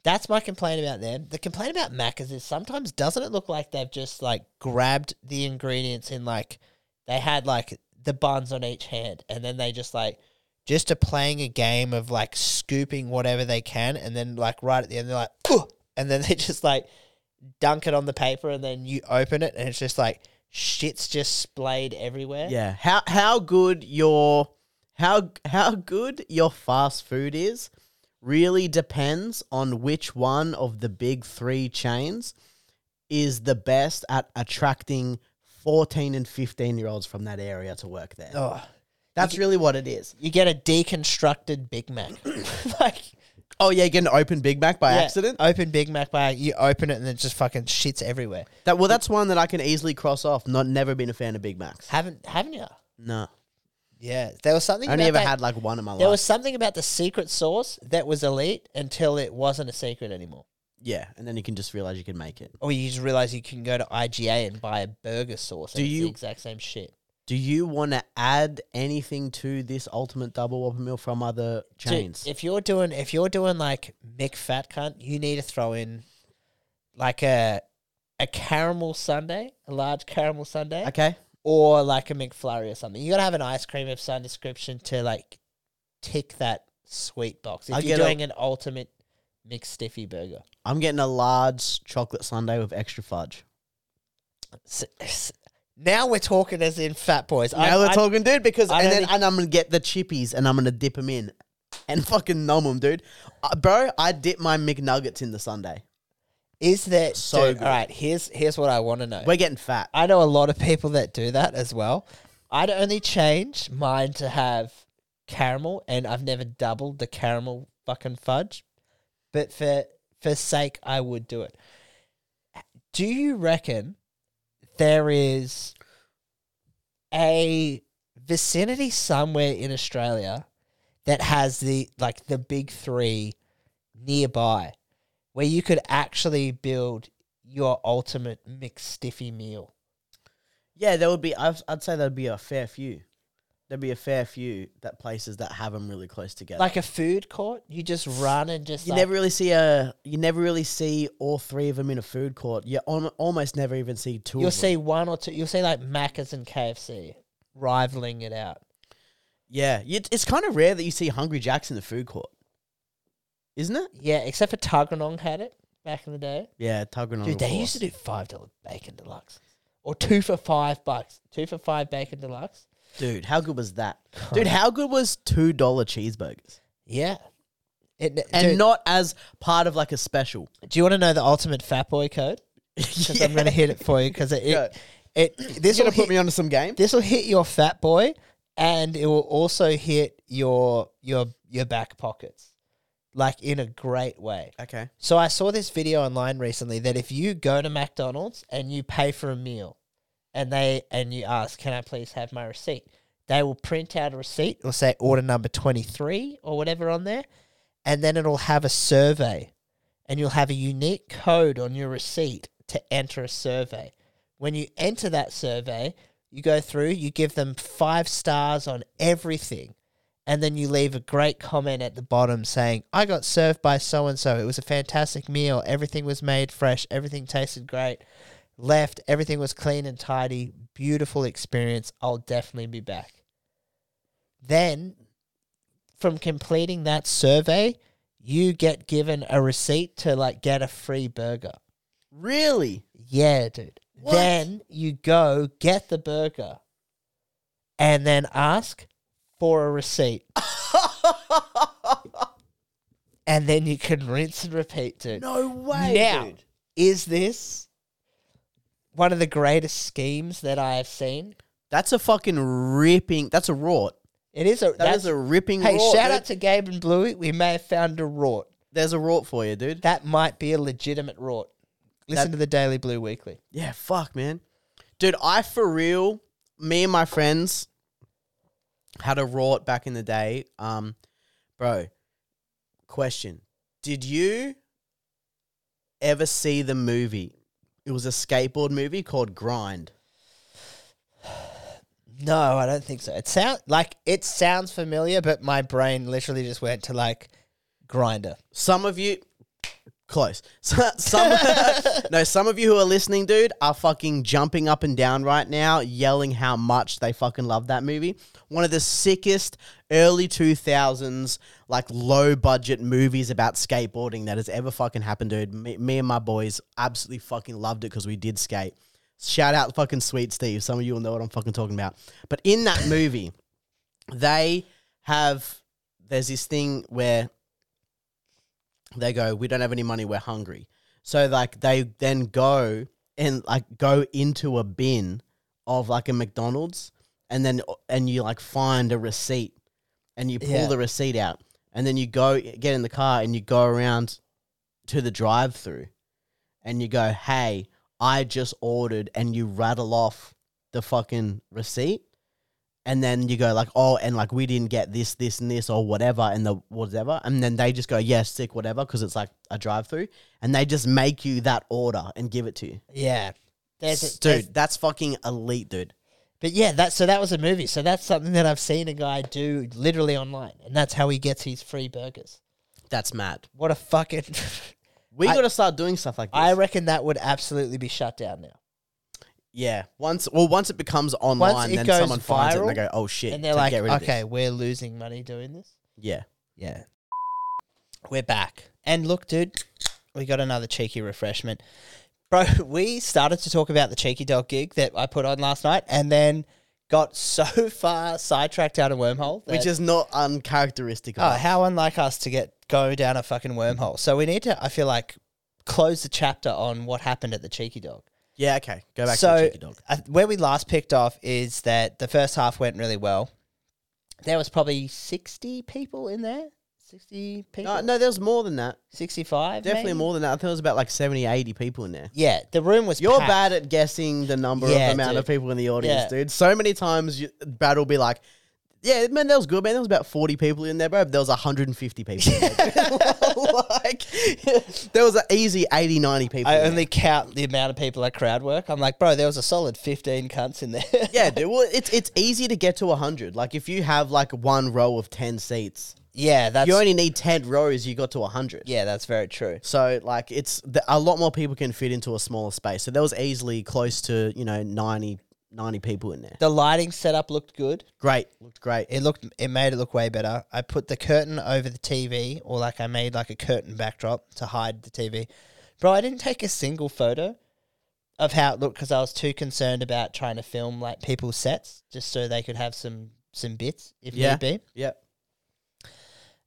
that's my complaint about them the complaint about Macca's is sometimes doesn't it look like they've just like grabbed the ingredients in like they had like the buns on each hand and then they just like just are playing a game of like scooping whatever they can and then like right at the end they're like "Ugh," and then they just like dunk it on the paper and then you open it and it's just like shit's just splayed everywhere
Yeah. How how good your how how good your fast food is really depends on which one of the big 3 chains is the best at attracting 14 and 15 year olds from that area to work there.
Ugh.
That's really what it is.
you get a deconstructed Big Mac. like
Oh yeah, you get an open Big Mac by
yeah,
accident?
open Big Mac bag, you open it and it just fucking shits everywhere.
That well that's one that I can easily cross off. Not never been a fan of Big Macs.
Haven't haven't you?
No.
Yeah, there was something.
I only
about
ever
that-
had like one in my life.
There was something about the secret sauce that was elite until it wasn't a secret anymore.
Yeah, and then you can just realize you can make it.
Or you just realize you can go to IGA and buy a burger sauce.
Do
and it's
you-
the exact same shit?
Do you want to add anything to this ultimate double whopper meal from other
Dude,
chains?
if you're doing if you're doing like Mick Fat Cunt, you need to throw in like a a caramel sundae, a large caramel sundae.
okay.
or like a McFlurry or something. You gotta have an ice cream of some description to like tick that sweet box. If
I'll
you're
get a-
doing an ultimate McStiffy burger,
I'm getting a large chocolate sundae with extra fudge.
S- s- now we're talking as in fat boys. I-
now we're
I-
talking, dude, because
I
and
don't
then
think-
and I'm gonna get the chippies and I'm gonna dip them in and fucking numb them, dude. Uh, bro, I dip my McNuggets in the sundae.
Is that
So
so?
good.
all right, here's here's what I want to know.
We're getting fat.
I know a lot of people that do that as well. I'd only change mine to have caramel, and I've never doubled the caramel fucking fudge. But for for sake, I would do it. Do you reckon there is a vicinity somewhere in Australia that has the like the big three nearby, where you could actually build your ultimate McStiffy meal?
Yeah, there would be. I've, I'd say there'd be a fair few. There'd be a fair few that places that have them really close together.
like a food court. You just run and just
You
like,
never really see a. You never really see all three of them in a food court. You al- almost never even see two.
you'll
of them.
see one or two. You'll see like Macca's and KFC rivaling it out.
Yeah, you, it's kind of rare that you see Hungry Jacks in the food court, isn't it?
Yeah, except for Tuggeranong had it back in the day.
Yeah, tugging on.
Dude, they used to do five dollar bacon deluxe or two for five bucks, two for five bacon deluxe.
Dude, how good was that? Dude, how good was $2 cheeseburgers?
Yeah. It,
And
dude,
not as part of like a special.
do you want to know the ultimate fat boy code? Because I'm going to hit it for you. Because it,
Go.
it, it this
You're
will
going to put
hit,
me onto some game?
this will hit your fat boy, and it will also hit your your your back pockets, like in a great way.
Okay.
So I saw this video online recently that if you go to McDonald's and you pay for a meal and they and you ask, "Can I please have my receipt?" They will print out a receipt, it'll say order number 23 or whatever on there, and then it'll have a survey and you'll have a unique code on your receipt to enter a survey. When you enter that survey, you go through, you give them 5 stars on everything and then you leave a great comment at the bottom saying, I got served by so and so. It was a fantastic meal. Everything was made fresh. Everything tasted great. Left. Everything was clean and tidy. Beautiful experience. I'll definitely be back. Then, from completing that survey, you get given a receipt to like get a free burger.
Really?
Yeah, dude.
What?
Then you go get the burger and then ask for a receipt. and then you can rinse and repeat, dude.
No way.
Now,
dude.
Is this one of the greatest schemes that I have seen?
That's a fucking ripping. That's a rort.
It is a
That's
that's
a ripping
Hey,
rort.
shout
dude.
out to Gabe and Bluey. We may have found a rort.
There's a rort for you, dude.
That might be a legitimate rort. Listen
That-
to the Daily Blue Weekly.
Yeah, fuck, man. Dude, I for real, me and my friends had a rort back in the day. Um, bro, question. Did you ever see the movie? It was a skateboard movie called Grind.
No, I don't think so. It sound like it sounds familiar, but my brain literally just went to like grinder.
Some of you close. So, some No, some of you who are listening, dude, are fucking jumping up and down right now, yelling how much they fucking love that movie. One of the sickest early 2000s, like low budget movies about skateboarding that has ever fucking happened, dude. Me, me and my boys absolutely fucking loved it because we did skate. Shout out fucking Sweet Steve. Some of you will know what I'm fucking talking about. But in that movie, they have, there's this thing where they go, we don't have any money, we're hungry. So like they then go and like go into a bin of like a McDonald's and then and you like find a receipt and you pull
Yeah.
the receipt out and then you go get in the car and you go around to the drive through and you go, "Hey, I just ordered," and you rattle off the fucking receipt, and then you go like, "Oh, and like we didn't get this, this, and this, or whatever," and the whatever, and then they just go, "Yes, sick, whatever," because it's like a drive-through, and they just make you that order and give it to you.
Yeah, there's a, there's-
dude, that's fucking elite, dude.
but yeah, that so that was a movie. So that's something that I've seen a guy do literally online, and that's how he gets his free burgers.
That's mad.
What a fucking!
We
I-
got to start doing stuff like this.
I reckon that would absolutely be shut down now.
yeah. Once, well, once it becomes online,
it
then
goes
someone finds it and they
viral,
go, "Oh shit!"
and they're
to
like,
get rid of this."
okay, we're losing money doing this.
yeah."
Yeah,
We're back. And look, dude, we got another cheeky refreshment.
bro. We started to talk about the cheeky dog gig that I put on last night, and then got so far sidetracked down a wormhole,
Which
that-
is not uncharacteristic. Of
Oh,
us.
how unlike us to get go down a fucking wormhole. So we need to, I feel like, close the chapter on what happened at the Cheeky Dog.
Yeah, okay. Go back
so
to the cheeky dog.
I, where we last picked off is that the first half went really well.
there was probably 60 people in there 60 people
Uh, No, no, there was more than that.
65
Definitely
maybe?
more than that. I think it was about like 70, 80 people in there.
yeah the room was
You're
packed.
bad at guessing the number
Yeah,
of amount of
dude.
people in the audience,
Yeah.
dude. So many times you, Brad will be like, yeah, man, that was good, man. There was about 40 people in there, bro. There was 150 people. in there. like, there was an easy 80, 90 people.
i
in there.
only count the amount of people at crowd work i'm like bro there was a solid 15 cunts in there
Yeah, dude. Well, it's, it's easy to get to 100. Like, if you have like one row of 10 seats,
yeah that's
you only need 10 rows, you got to 100.
yeah that's very true
So like it's the, a lot more people can fit into a smaller space. So there was easily close to you know 90, 90 people in there.
the lighting setup looked good
Great, looked great.
It looked, it made it look way better. I put the curtain over the TV, or like I made like a curtain backdrop to hide the TV. Bro, I didn't take a single photo.
of how it looked because I was too concerned about trying to film like people's sets just so they could have some some bits if
Yeah.
need be.
Yep.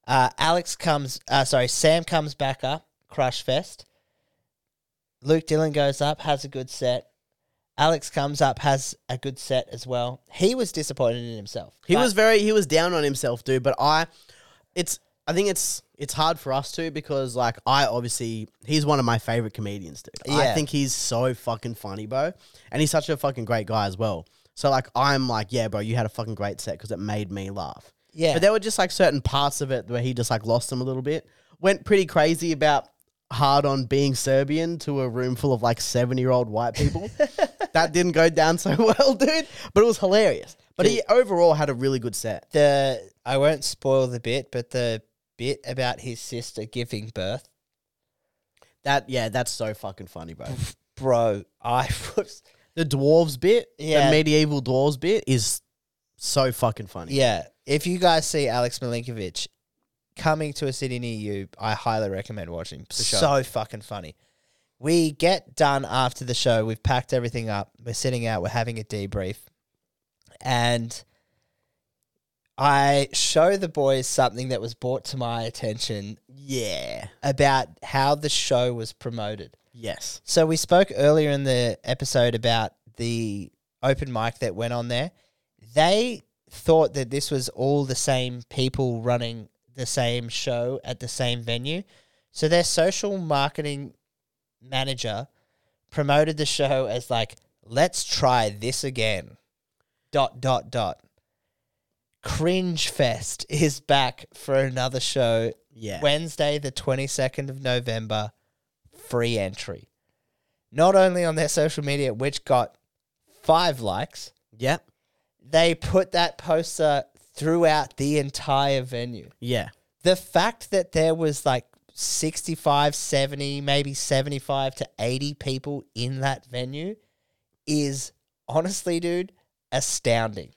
Uh, Alex comes, uh, sorry, Sam comes back up, Crush Fest. Luke Dillon goes up, has a good set. Alex comes up, has a good set as well. He was disappointed in himself.
He
Like,
was very he was down on himself, dude. But I, it's I think it's it's hard for us too because like I obviously he's one of my favorite comedians, dude. I
Yeah.
think he's so fucking funny, bro, and he's such a fucking great guy as well. So like I'm like yeah, bro, you had a fucking great set because it made me laugh.
yeah,
But there were just like certain parts of it where he just like lost them a little bit. Went pretty crazy about hard on being Serbian to a room full of like 70 year old white people. that didn't go down so well, dude. But it was hilarious. But he overall had a really good set.
the I won't spoil the bit, but the bit about his sister giving birth,
That, yeah, that's so fucking funny, bro.
bro. I was
the dwarves bit,
Yeah.
the medieval dwarves bit is so fucking funny.
yeah. If you guys see Alex Milinkovic coming to a city near you, I highly recommend watching.
sure.
So fucking funny. We get done after the show. We've packed everything up. We're sitting out. We're having a debrief, and I show the boys something that was brought to my attention
Yeah.
about how the show was promoted.
Yes.
So we spoke earlier in the episode about the open mic that went on there. They thought that this was all the same people running the same show at the same venue. So their social marketing manager promoted the show as like, let's try this again. Dot dot dot. Cringe Fest is back for another show
Yeah.
Wednesday, the 22nd of November, free entry. Not only on their social media, which got five likes,
yeah.
they put that poster throughout the entire venue.
Yeah.
The fact that there was like 65, 70, maybe 75 to 80 people in that venue is honestly, dude, astounding.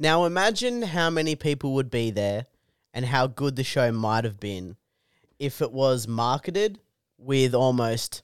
Now imagine how many people would be there and how good the show might have been if it was marketed with almost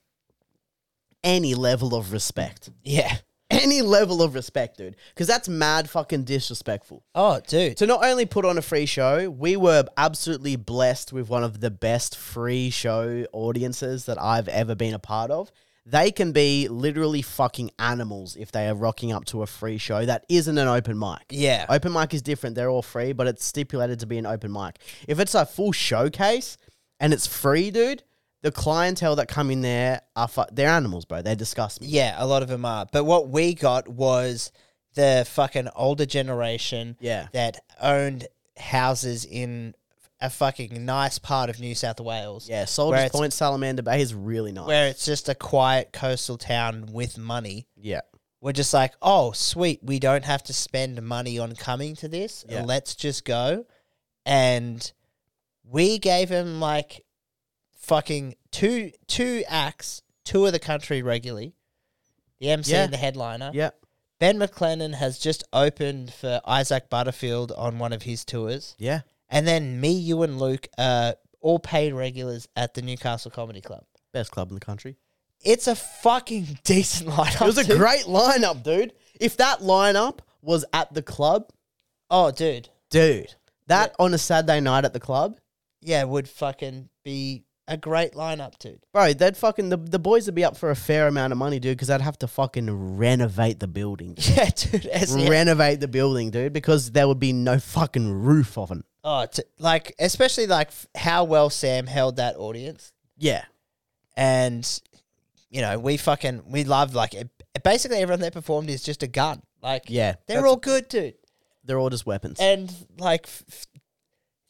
any level of respect.
Yeah.
Any level of respect, dude. Because that's mad fucking disrespectful.
Oh, dude.
To not only put on a free show, we were absolutely blessed with one of the best free show audiences that I've ever been a part of. They can be literally fucking animals if they are rocking up to a free show that isn't an open mic.
Yeah.
Open mic is different. They're all free, but it's stipulated to be an open mic. If it's a full showcase and it's free, dude, the clientele that come in there are fu- they're animals, bro. They disgust me.
Yeah, a lot of them are. But what we got was the fucking older generation
Yeah.
that owned houses in a fucking nice part of New South Wales.
Yeah,
Where
Soldiers
it's-
Point Salamander Bay is really nice.
Where it's just a quiet coastal town with money.
yeah.
We're just like, oh, sweet. We don't have to spend money on coming to this.
Yeah.
Let's just go. And we gave him like fucking two two acts, two of the country regularly. The MC
Yeah.
and the headliner.
Yeah.
Ben McLennan has just opened for Isaac Butterfield on one of his tours.
Yeah.
And then me, you, and Luke are all paid regulars at the Newcastle Comedy Club.
Best club in the country.
It's a fucking decent lineup.
It was a
dude.
great lineup, dude. If that lineup was at the club,
Oh, dude.
dude, that on a Saturday night at the club,
Yeah, would fucking be a great lineup, dude.
bro, they'd fucking the, the boys would be up for a fair amount of money, dude, because they'd have to fucking renovate the building.
Yeah, dude. As in-
renovate the building, dude, because there would be no fucking roof of it.
oh, t- like especially like f- how well Sam held that audience.
Yeah.
and you know we fucking we love like it, basically everyone that performed is just a gun like
Yeah,
they're
that's-
all good dude
They're all just weapons.
and like f- f-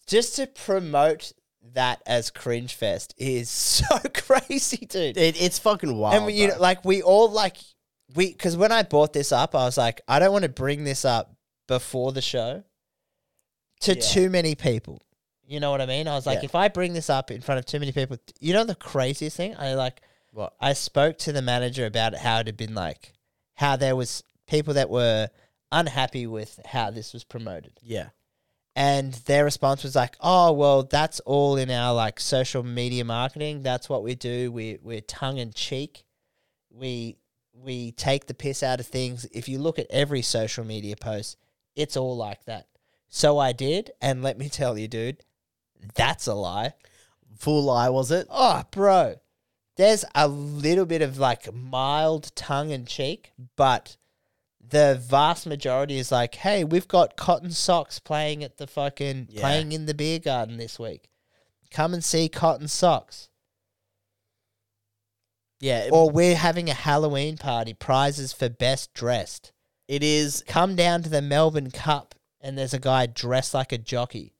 just to promote that as cringe fest is so crazy dude
It, it's fucking wild.
and we you know,
bro.
like we all like we because when i brought this up i was like i don't want to bring this up before the show to
Yeah.
too many people you know what i mean i was like
Yeah.
if i bring this up in front of too many people you know the craziest thing i like
What?
I spoke to the manager about how it had been like, how there was people that were unhappy with how this was promoted,
Yeah.
and their response was like, "Oh, well, that's all in our like social media marketing. That's what we do. We we're tongue in cheek. We we take the piss out of things. If you look at every social media post, it's all like that. So I did, and let me tell you, dude, that's a lie.
Full lie, was it?
Oh, bro. There's a little bit of like mild tongue and cheek, but the vast majority is like, hey, we've got Cotton Socks playing at the fucking
Yeah.
playing in the beer garden this week. Come and see Cotton Socks.
Yeah. it-
Or we're having a Halloween party, prizes for best dressed.
it is.
Come down to the Melbourne Cup and there's a guy dressed like a jockey.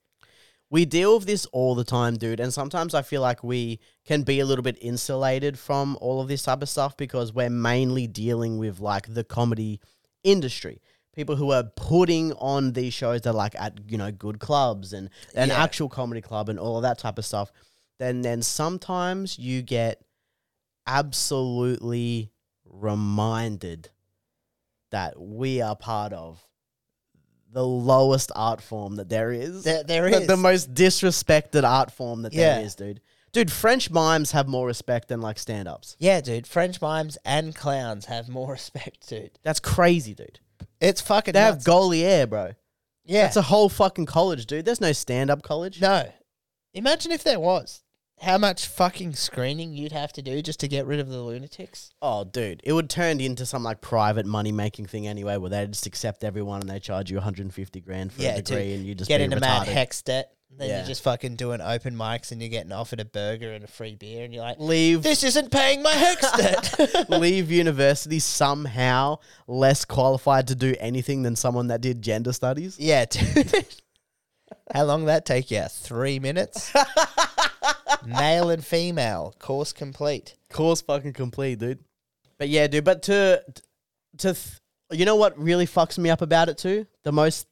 We deal with this all the time, dude. And sometimes I feel like we can be a little bit insulated from all of this type of stuff because we're mainly dealing with like the comedy industry. People who are putting on these shows that are like at, you know, good clubs and an
Yeah.
actual comedy club and all of that type of stuff. Then then sometimes you get absolutely reminded that we are part of the lowest art form that there is.
There, there
the,
is.
the most disrespected art form that there
Yeah.
is, dude. Dude, French mimes have more respect than like stand ups.
yeah, dude. French mimes and clowns have more respect, dude.
That's crazy, dude.
It's fucking
They have
nuts.
Goliath, bro.
yeah.
That's a whole fucking college, dude. There's no stand up college.
No. Imagine if there was. How much fucking screening you'd have to do just to get rid of the lunatics?
Oh, dude. It would turn into some like private money making thing anyway where they just accept everyone and they charge you 150 grand for
Yeah,
a
dude.
degree and you just
get
be
into
retarded.
mad hex debt. Then
Yeah.
you're just fucking doing open mics and you're getting offered a burger and a free beer and you're like,
Leave
this isn't paying my hex debt.
leave university somehow less qualified to do anything than someone that did gender studies.
yeah, dude. How long that take you? Three minutes? Male and female, course complete.
Course fucking complete, dude. But yeah, dude. But to to th- you know what really fucks me up about it too? The most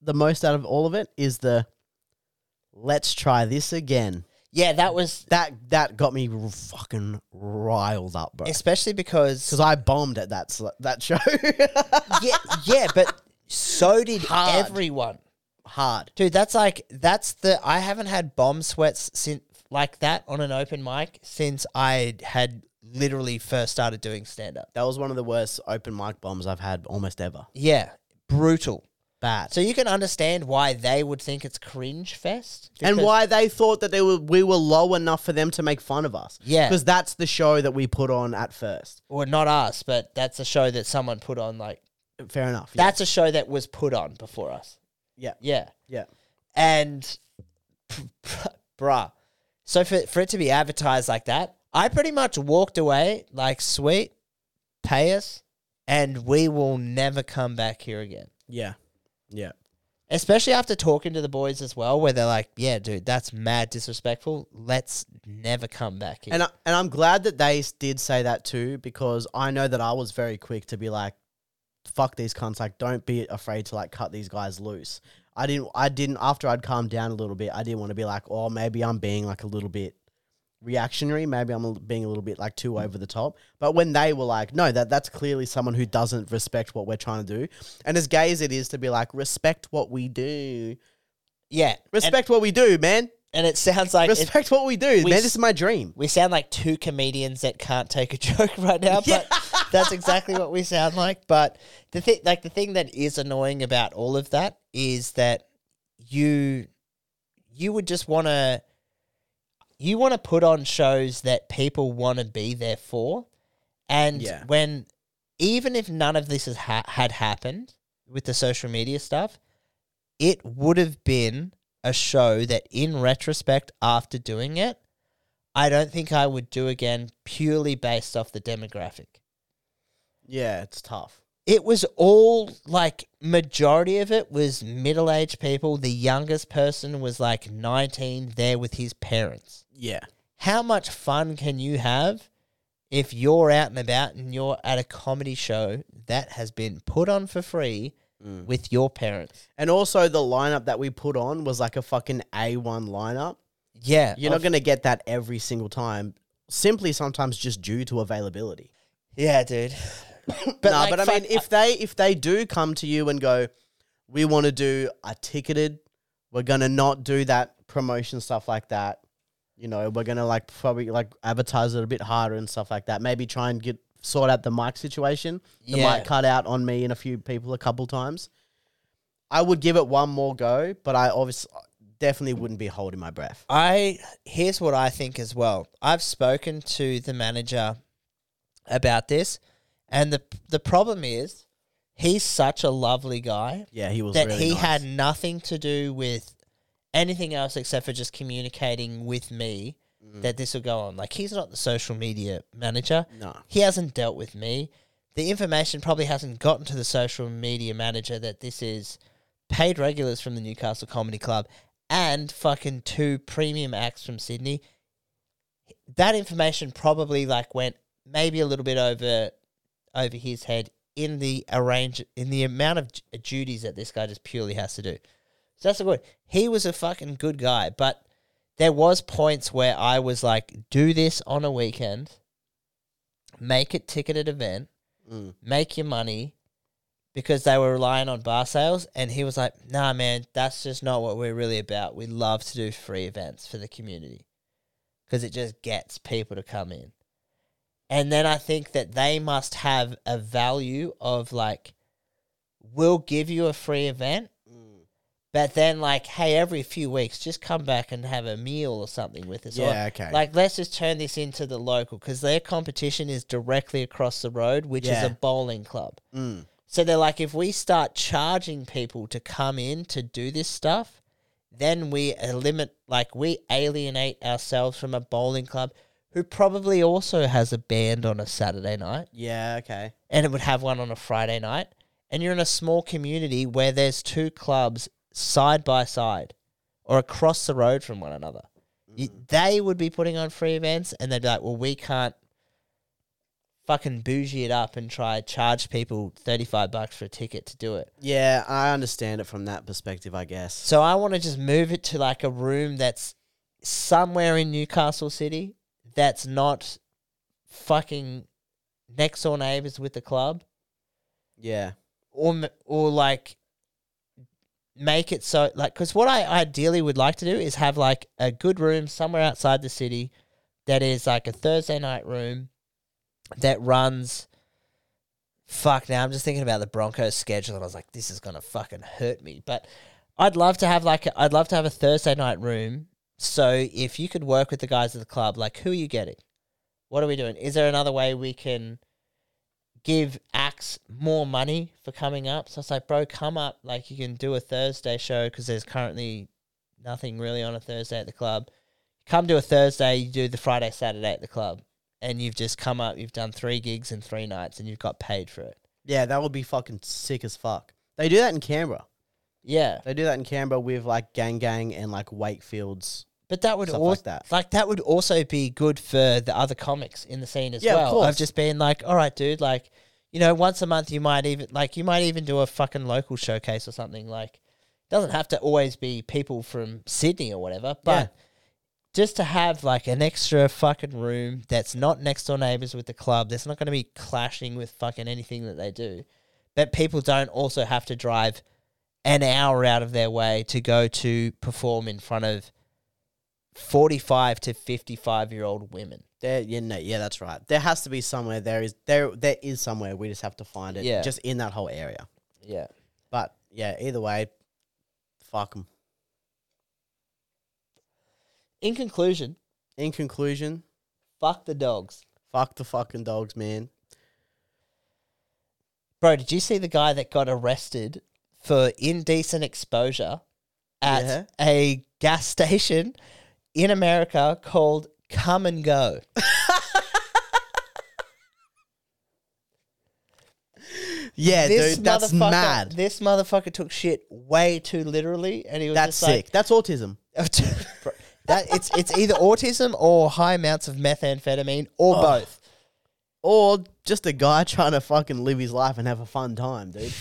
the most out of all of it is the let's try this again.
Yeah, that was
That that got me r- fucking riled up, bro.
especially because
Because I bombed at that sl- that show
yeah, yeah, but so did
Hard.
everyone.
hard.
Dude, that's like that's the I haven't had bomb sweats since like that on an open mic since I had literally first started doing stand up.
That was one of the worst open mic bombs I've had almost ever.
Yeah, brutal.
Bad.
So you can understand why they would think it's cringe fest
and
because-
why they thought that they were we were low enough for them to make fun of us.
Yeah.
because that's the show that we put on at first.
or not us, but that's a show that someone put on like
Fair enough. yeah.
that's a show that was put on before us.
Yeah.
Yeah.
yeah.
and bruh. So for for it to be advertised like that, I pretty much walked away like, sweet, pay us, and we will never come back here again.
Yeah. Yeah.
Especially after talking to the boys as well, where they're like, "Yeah, dude, that's mad disrespectful. Let's never come back here."
And I, and I'm glad that they s- did say that too because I know that I was very quick to be like fuck these cunts like don't be afraid to like cut these guys loose. I didn't I didn't after I'd calmed down a little bit, I didn't want to be like, "Oh, maybe I'm being like a little bit reactionary, maybe I'm a l- being a little bit like
Mm.
too over the top." But when they were like, "No, that that's clearly someone who doesn't respect what we're trying to do." And as gay as it is to be like, "Respect what we do."
yeah, and,
Respect what we do, man.
and it sounds like it,
Respect what we do,
we
man.
s-
This is my dream.
we sound like two comedians that can't take a joke right now, but that's exactly what we sound like. But the thing, like the thing that is annoying about all of that is that you, you would just want to, you want to put on shows that people want to be there for, and
Yeah.
when, even if none of this has ha- had happened with the social media stuff, it would have been a show that, in retrospect, after doing it. I don't think I would do again purely based off the demographic.
Yeah, it's tough.
It was all like majority of it was middle aged people. The youngest person was like 19 there with his parents.
Yeah.
How much fun can you have if you're out and about and you're at a comedy show that has been put on for free
Mm.
with your parents?
And also the lineup that we put on was like a fucking A1 lineup.
Yeah.
You're
I've-
not going to get that every single time, simply sometimes just due to availability.
Yeah, dude.
But
like,
but I
fuck,
mean if they if they do come to you and go, "We want to do a ticketed. We're going to not do that promotion stuff like that." You know, we're going to like probably like advertise it a bit harder and stuff like that. Maybe try and get sort out the mic situation. The
Yeah.
mic cut out on me and a few people a couple times. I would give it one more go, but I obviously definitely wouldn't be holding my breath.
I here's what I think as well. I've spoken to the manager about this, and the the problem is he's such a lovely guy
Yeah, he was
that
really
he
nice.
had nothing to do with anything else except for just communicating with me that this will go on. Like he's not the social media manager.
No.
He hasn't dealt with me. The information probably hasn't gotten to the social media manager that this is paid regulars from the Newcastle Comedy Club and fucking two premium acts from Sydney. That information probably like went maybe a little bit over over his head in the arrange in the amount of du- duties that this guy just purely has to do. So that's the good. He was a fucking good guy, but there was points where I was like, do this on a weekend, make it ticketed event,
Mm.
make your money, because they were relying on bar sales, and he was like, nah, man, that's just not what we're really about. We love to do free events for the community because it just gets people to come in. And then I think that they must have a value of like, we'll give you a free event,
Mm.
but then like, hey, every few weeks, just come back and have a meal or something with us. Or,
Yeah, okay.
Like, let's just turn this into the local because their competition is directly across the road, which
Yeah.
is a bowling club.
Mm.
So they're like, if we start charging people to come in to do this stuff, then we limit, like, we alienate ourselves from a bowling club who probably also has a band on a Saturday night
Yeah, okay.
and it would have one on a Friday night. And you're in a small community where there's two clubs side by side or across the road from one another. You- they would be putting on free events and they'd be like, well, we can't fucking bougie it up and try charge people 35 bucks for a ticket to do it.
Yeah, I understand it from that perspective, I guess.
So I want to just move it to like a room that's somewhere in Newcastle City that's not fucking next door neighbors with the club.
Yeah.
or m- or like make it so like because what I ideally would like to do is have like a good room somewhere outside the city that is like a Thursday night room that runs. Fuck now, I'm just thinking about the Broncos schedule and I was like, this is gonna fucking hurt me. But I'd love to have like a, I'd love to have a Thursday night room. So if you could work with the guys at the club, like who are you getting? What are we doing? Is there another way we can give acts more money for coming up. So it's like, bro, come up. Like, you can do a Thursday show because there's currently nothing really on a Thursday at the club. Come do a Thursday, you do the Friday, Saturday at the club. And you've just come up, you've done three gigs in three nights and you've got paid for it.
Yeah, that would be fucking sick as fuck. They do that in Canberra.
Yeah.
They do that in Canberra with like Gang Gang and like Wakefields.
But that would
Stuff
also
like that.
would also be good for the other comics in the scene as
Yeah, of
well.
course.
I've just been like, all right, dude, like, you know, once a month you might even like you might even do a fucking local showcase or something. Like, doesn't have to always be people from Sydney or whatever, but just to have like an extra fucking room that's not next door neighbors with the club, that's not going to be clashing with fucking anything that they do, that people don't also have to drive an hour out of their way to go to perform in front of 45 to 55 year old women.
There, yeah, no, yeah, that's right. There has to be somewhere. There is there there is somewhere. We just have to find it.
Yeah.
just in that whole area.
Yeah.
But yeah, either way, fuck 'em.
In conclusion,
In conclusion,
fuck the dogs.
fuck the fucking dogs, man.
Bro, did you see the guy that got arrested for indecent exposure at
Yeah.
a gas station in America called Come and Go?
Yeah, dude, that's
motherfucker-
mad.
This motherfucker took shit way too literally, and he was
That's
just like,
sick. that's autism.
that, it's it's either autism or high amounts of methamphetamine or
Oh.
both.
Or just a guy trying to fucking live his life and have a fun time, dude.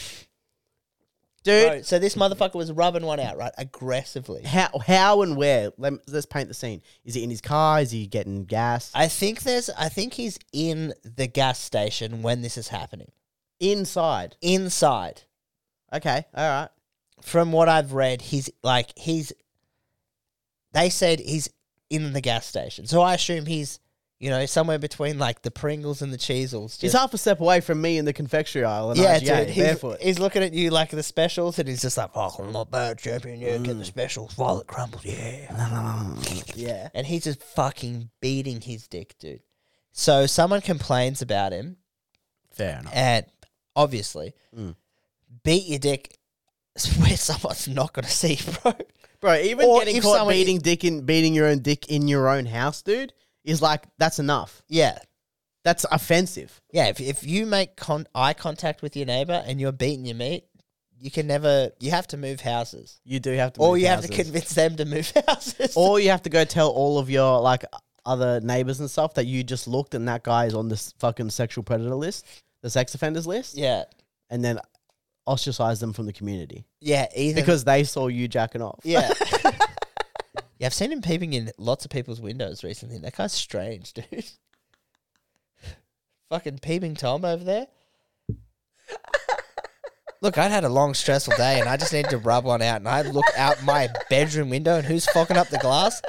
Dude,
Bro, so this motherfucker was rubbing one out, right? Aggressively.
how how and where? Let, me- let's paint the scene. Is he in his car? Is he getting gas
I think there's I think he's in the gas station when this is happening.
inside?
Inside.
Okay, all right.
From what I've read, he's like he's they said he's in the gas station. So I assume he's You know, somewhere between like the Pringles and the Cheezels.
He's
just-
half a step away from me in the confectionery aisle. And
yeah,
yeah,
dude. He's,
barefoot.
he's looking at you like the specials, and he's just like, "Oh, not bad, champion. Yeah,
Mm.
get the specials while it crumbles. Yeah."
yeah.
and he's just fucking beating his dick, dude. So someone complains about him,
Fair enough.
and obviously,
Mm.
beat your dick where someone's not going to see, bro.
Bro, even
Or
getting
if
caught
someone-
beating dick in beating your own dick in your own house, dude, is like that's enough.
Yeah,
That's offensive.
yeah. If if you make con- eye contact with your neighbor and you're beating your meat, you can never. You have to move houses,
You do have to
or
move
you have to
houses.
convince them to move houses.
or you have to go tell all of your like other neighbors and stuff that you just looked and that guy is on this fucking sexual predator list, the sex offenders list,
yeah,
and then ostracize them from the community
yeah. Either
because they saw you jacking off.
Yeah. yeah, I've seen him peeping in lots of people's windows recently. That guy's strange, dude. Fucking peeping Tom over there. Look, I'd had a long, stressful day and I just need to rub one out. And I look out my bedroom window and who's fucking up the glass?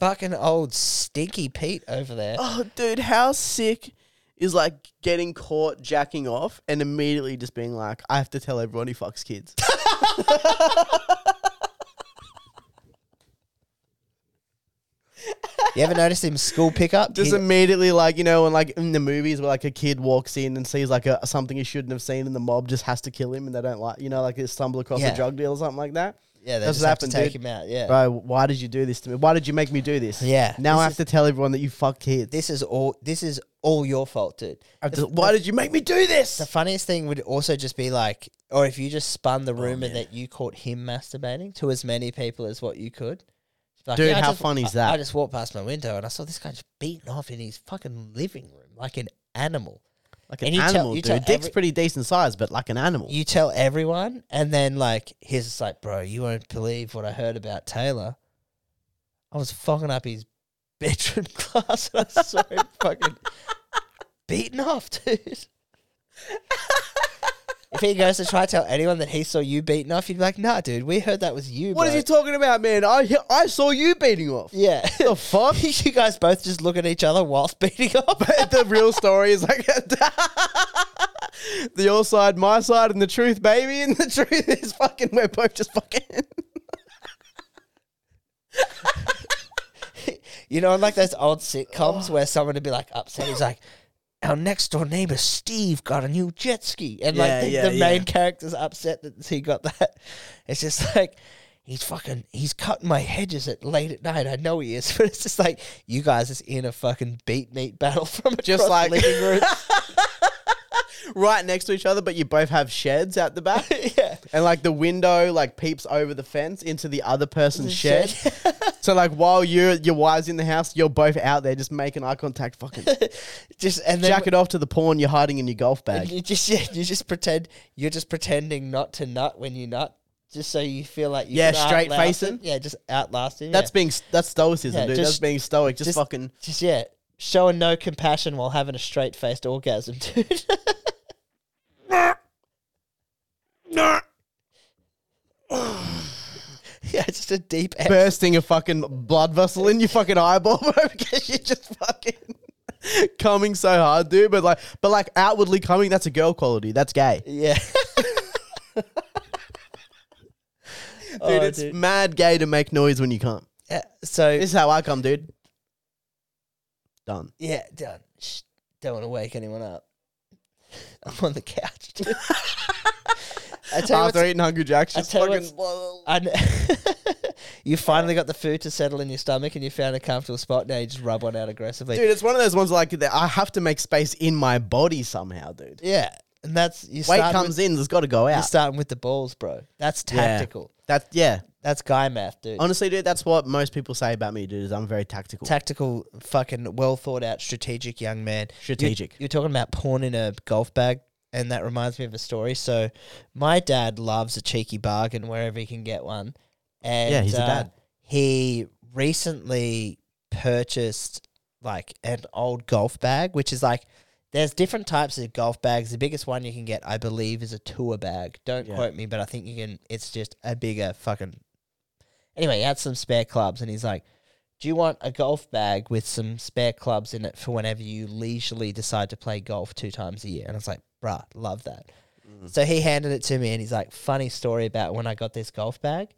Fucking old stinky Pete over there.
Oh, dude, how sick is like getting caught jacking off and immediately just being like, I have to tell everyone he fucks kids.
You ever notice him school pickup?
just
He-
immediately, like you know, and like in the movies where like a kid walks in and sees like a, something he shouldn't have seen, and the mob just has to kill him, and they don't like you know, like they stumble across
Yeah.
a drug deal or something like that.
yeah, they
that's
just
what
have
happened,
to take
dude.
him out. Yeah.
Bro, why did you do this to me? Why did you make me do this?
Yeah,
Now
this
I have
is-
to tell everyone that you fuck kids.
This is all. This is all your fault, dude.
I just- why did you make me do
The
this?
funniest thing would also just be like, or if you just spun
Oh,
the rumor that you caught him masturbating to as many people as what you could. Like,
Dude,
I
how
just-
funny is
I-
that?
I just walked past my window and I saw this guy just beating off in his fucking living room like an animal.
Like an
And you tell-
animal,
you
dude.
tell
Dick's
every-
pretty decent size, but like an animal.
You tell everyone, and then like, he's just like, bro, you won't believe what I heard about Taylor. I was fucking up his bedroom glass and I saw him fucking beaten off, dude. if he goes to try to tell anyone that he saw you beaten off, you'd be like, nah, dude, we heard that was you.
what
bro.
are you talking about, man? I he- I saw you beating off.
Yeah.
The fuck?
you guys both just look at each other whilst beating off.
the real story is like the your side, my side, and the truth, baby. And the truth is fucking we're both just fucking.
You know, like those old sitcoms where someone would be like upset. He's like, our next door neighbor Steve got a new jet ski, and
Yeah,
like the,
yeah,
the main
yeah.
character's upset that he got that. It's just like he's fucking he's cutting my hedges at late at night. I know he is, but it's just like you guys is in a fucking beat meat battle from
Just
across
like-
living room.
right next to each other, but you both have sheds out the back.
yeah.
And like the window like peeps over the fence into the other person's
The
shed.
shed.
so like while you your wife's in the house, you're both out there just making eye contact, fucking
Just and then
jack it off to the pawn you're hiding in your golf
And
bag.
you just yeah, you just pretend you're just pretending not to nut when you nut, just so you feel like you
Yeah,
can
straight
outlast him.
facing.
Yeah, just outlasting.
That's being that's stoicism,
Yeah,
dude. that's
just-
being stoic. Just,
just-
fucking
just yeah, showing no compassion while having a straight faced orgasm, dude. yeah, just a deep. ex-
bursting a fucking blood vessel in your fucking eyeball bro, because you're just fucking coming so hard, dude. But like, but like outwardly coming, that's a girl quality. That's gay, dude.
Yeah. Oh,
it's mad gay to make noise when you come.
Yeah, so
This is how I come, dude. Done.
yeah, done. Shh, don't want to wake anyone up. I'm on the couch. Dude. I tell you what's-
After eating Hungry Jack's,
I
just
tell you
fucking.
I kn- you finally got the food to settle in your stomach and you found a comfortable spot. Now you just rub one out aggressively.
Dude, it's one of those ones like that I have to make space in my body somehow, dude.
Yeah. And that's you
Weight
start
comes
with,
in, there's got to go
you're
out.
starting with the balls, bro. That's
Yeah.
tactical.
That's yeah.
That's guy math, dude.
Honestly, dude, that's what most people say about me, dude. Is I'm very tactical.
tactical, fucking well thought out, strategic young man. You-
Strategic.
You're, talking about porn in a golf bag, and that reminds me of a story. So, my dad loves a cheeky bargain wherever he can get one. And
Yeah, he's a
uh,
dad.
He recently purchased like an old golf bag, which is like. There's different types of golf bags. The biggest one you can get, I believe, is a tour bag. Don't
Yeah.
quote me, but I think you can. It's just a bigger fucking. Anyway, he had some spare clubs, and he's like, Do you want a golf bag with some spare clubs in it for whenever you leisurely decide to play golf two times a year? And I was like, bruh, love that. So he handed it to me and he's like, funny story about when I got this golf bag.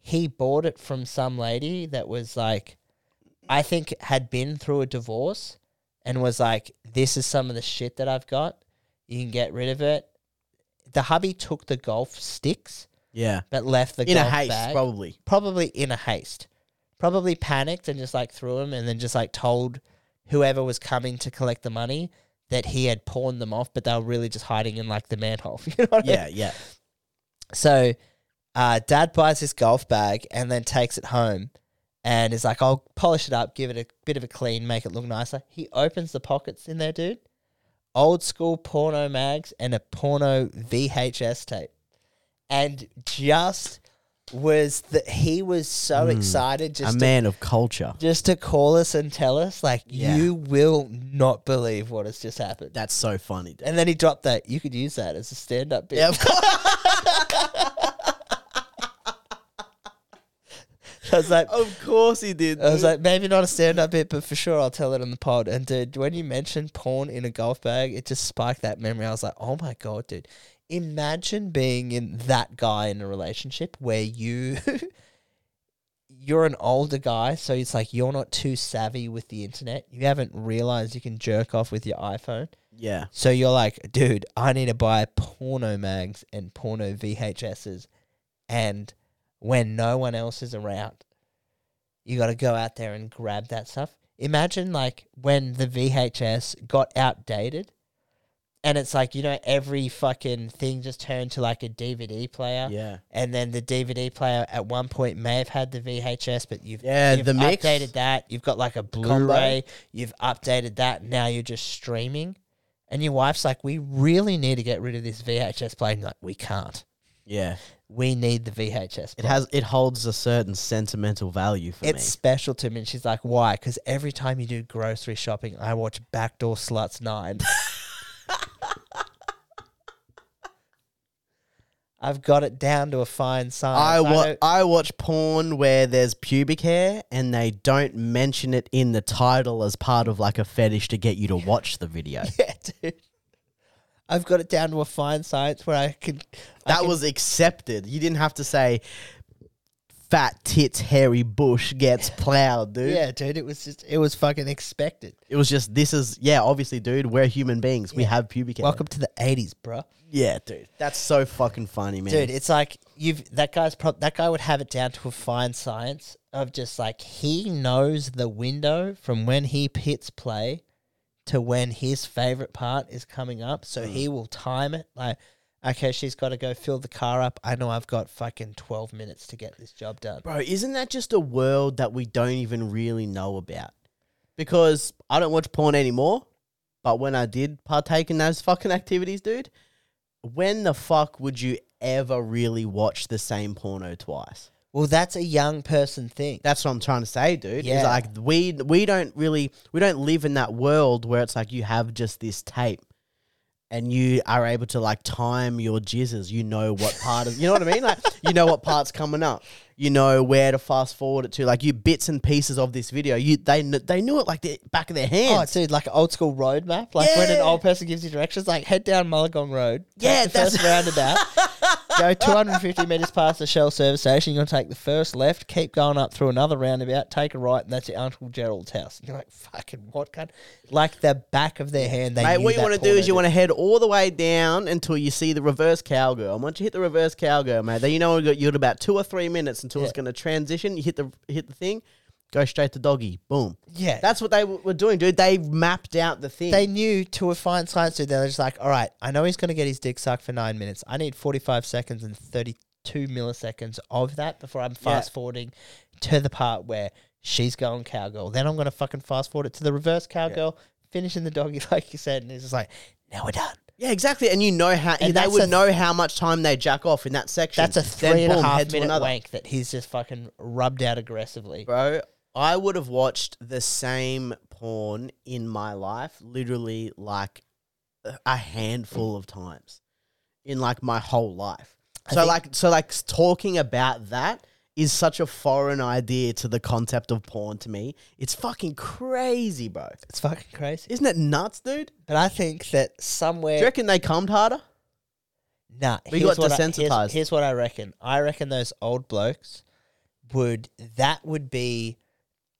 He bought it from some lady that was like, I think had been through a divorce and was like, this is some of the shit that I've got. You can get rid of it. The hubby took the golf sticks
Yeah.
but left the
In a
golf
haste,
bag
probably.
probably in a haste, probably panicked and just like threw them and then just like told whoever was coming to collect the money that he had pawned them off, but they were really just hiding in like the manhole. You know what I mean?
Yeah, yeah.
So uh, dad buys this golf bag and then takes it home and is like, I'll polish it up, give it a bit of a clean, make it look nicer. He opens the pockets in there, dude. Old school porno mags and a porno VHS tape. And just was that he was so excited
Hmm. A
just to,
man of culture.
just to call us and tell us like
Yeah.
you will not believe what has just happened.
That's so funny. dude.
And then he dropped that. You could use that as a stand up bit.
Yeah, of course.
I was like,
Of course he did.
I was
dude.
like, maybe not a stand up bit, but for sure I'll tell it on the pod. And dude, when you mentioned porn in a golf bag, it just spiked that memory. I was like, oh my God, dude. Imagine being in that guy in a relationship where you you're an older guy, so it's like you're not too savvy with the internet. You haven't realized you can jerk off with your iPhone.
yeah.
So you're like, dude, I need to buy porno mags and porno VHSs. And when no one else is around, you got to go out there and grab that stuff. Imagine like when the VHS got outdated and it's like, you know, every fucking thing just turned to like a DVD player.
Yeah.
And then the DVD player at one point may have had the VHS, but you've,
Yeah,
you've
the mix.
updated that. You've got like a Blu-ray. You've updated that. Now you're just streaming. And your wife's like, "We really need to get rid of this VHS player." And you're like, we can't.
Yeah.
We need the VHS.
It
player."
has it holds a certain sentimental value for
It's special to me. And she's like, "Why?" Because every time you do grocery shopping, I watch Backdoor Sluts Nine. I've got it down to a fine
me.
science.
I wa-
don't-
I watch porn where there's pubic hair and they don't mention it in the title as part of like a fetish to get you to watch the video.
Yeah, dude. I've got it down to a fine science where I can. I
that
can-
was accepted. You didn't have to say fat tits hairy bush gets plowed, dude.
Yeah, dude. It was just. It was fucking expected.
It was just this is yeah, obviously, dude, we're human beings. We have pubic hair.
Welcome to the '80s, bro.
Yeah, dude. That's so fucking funny, man.
Dude, it's like you've that guy's prob- that guy would have it down to a fine science of just like he knows the window from when he hits play to when his favorite part is coming up, so he
Mm.
will time it like. Okay, she's got to go fill the car up. I know I've got fucking 12 minutes to get this job done.
Bro, isn't that just a world that we don't even really know about? Because I don't watch porn anymore, but when I did partake in those fucking activities, dude, when the fuck would you ever really watch the same porno twice?
Well, that's a young person thing.
That's what I'm trying to say, dude.
Yeah.
Yeah. like we we don't really we don't live in that world where it's like you have just this tape and you are able to like time your jizzes. You know what part is you know what I mean? Like you know what part's coming up. You know where to fast forward it to. Like you bits and pieces of this video. You they kn- they knew it like the back of their
Oh,
hands.
dude, like an old school road map. Like when an
Yeah.
old person gives you directions, like head down Mulligong Road. take
Yeah,
the
that's-
first roundabout. go 250 meters past the Shell service station. You're gonna take the first left, keep going up through another roundabout, take a right, and that's your Uncle Gerald's house. And you're like, fucking what kind? Like the back of their hand. They
Mate,
knew
what you
that
want to do is
porno
you want to head all the way down until you see the reverse cowgirl. And once you hit the reverse cowgirl, mate, then you know you got you got about two or three minutes until it's going to transition. You hit the hit the thing, go straight to doggy, boom.
Yeah.
that's what they w- were doing, dude. They mapped out the thing.
they knew to a fine science dude. They're just like, all right, I know he's going to get his dick sucked for nine minutes. I need 45 seconds and 32 milliseconds of that before I'm fast forwarding to the part where she's going cowgirl. Then I'm going to fucking fast forward it to the reverse cowgirl, finishing the doggy, like you said. And it's just like, now we're done.
yeah, exactly. And you know how
And
they
that's
would
a-
know how much time they jack off in that section.
That's a
Then
three and a half
boom, head to
minute
another.
wank that he's just fucking rubbed out aggressively.
bro. I would have watched the same porn in my life, literally like a handful of times in like my whole life. so
think-
like, so like s- talking about that is such a foreign idea to the concept of porn to me. It's fucking crazy, bro.
It's fucking crazy.
Isn't it nuts, dude?
But I think that
Do you
somewhere
reckon they cummed harder?
Nah,
We
here's
got
what I- here's-
desensitized.
here's, what I reckon. I reckon those old blokes would that would be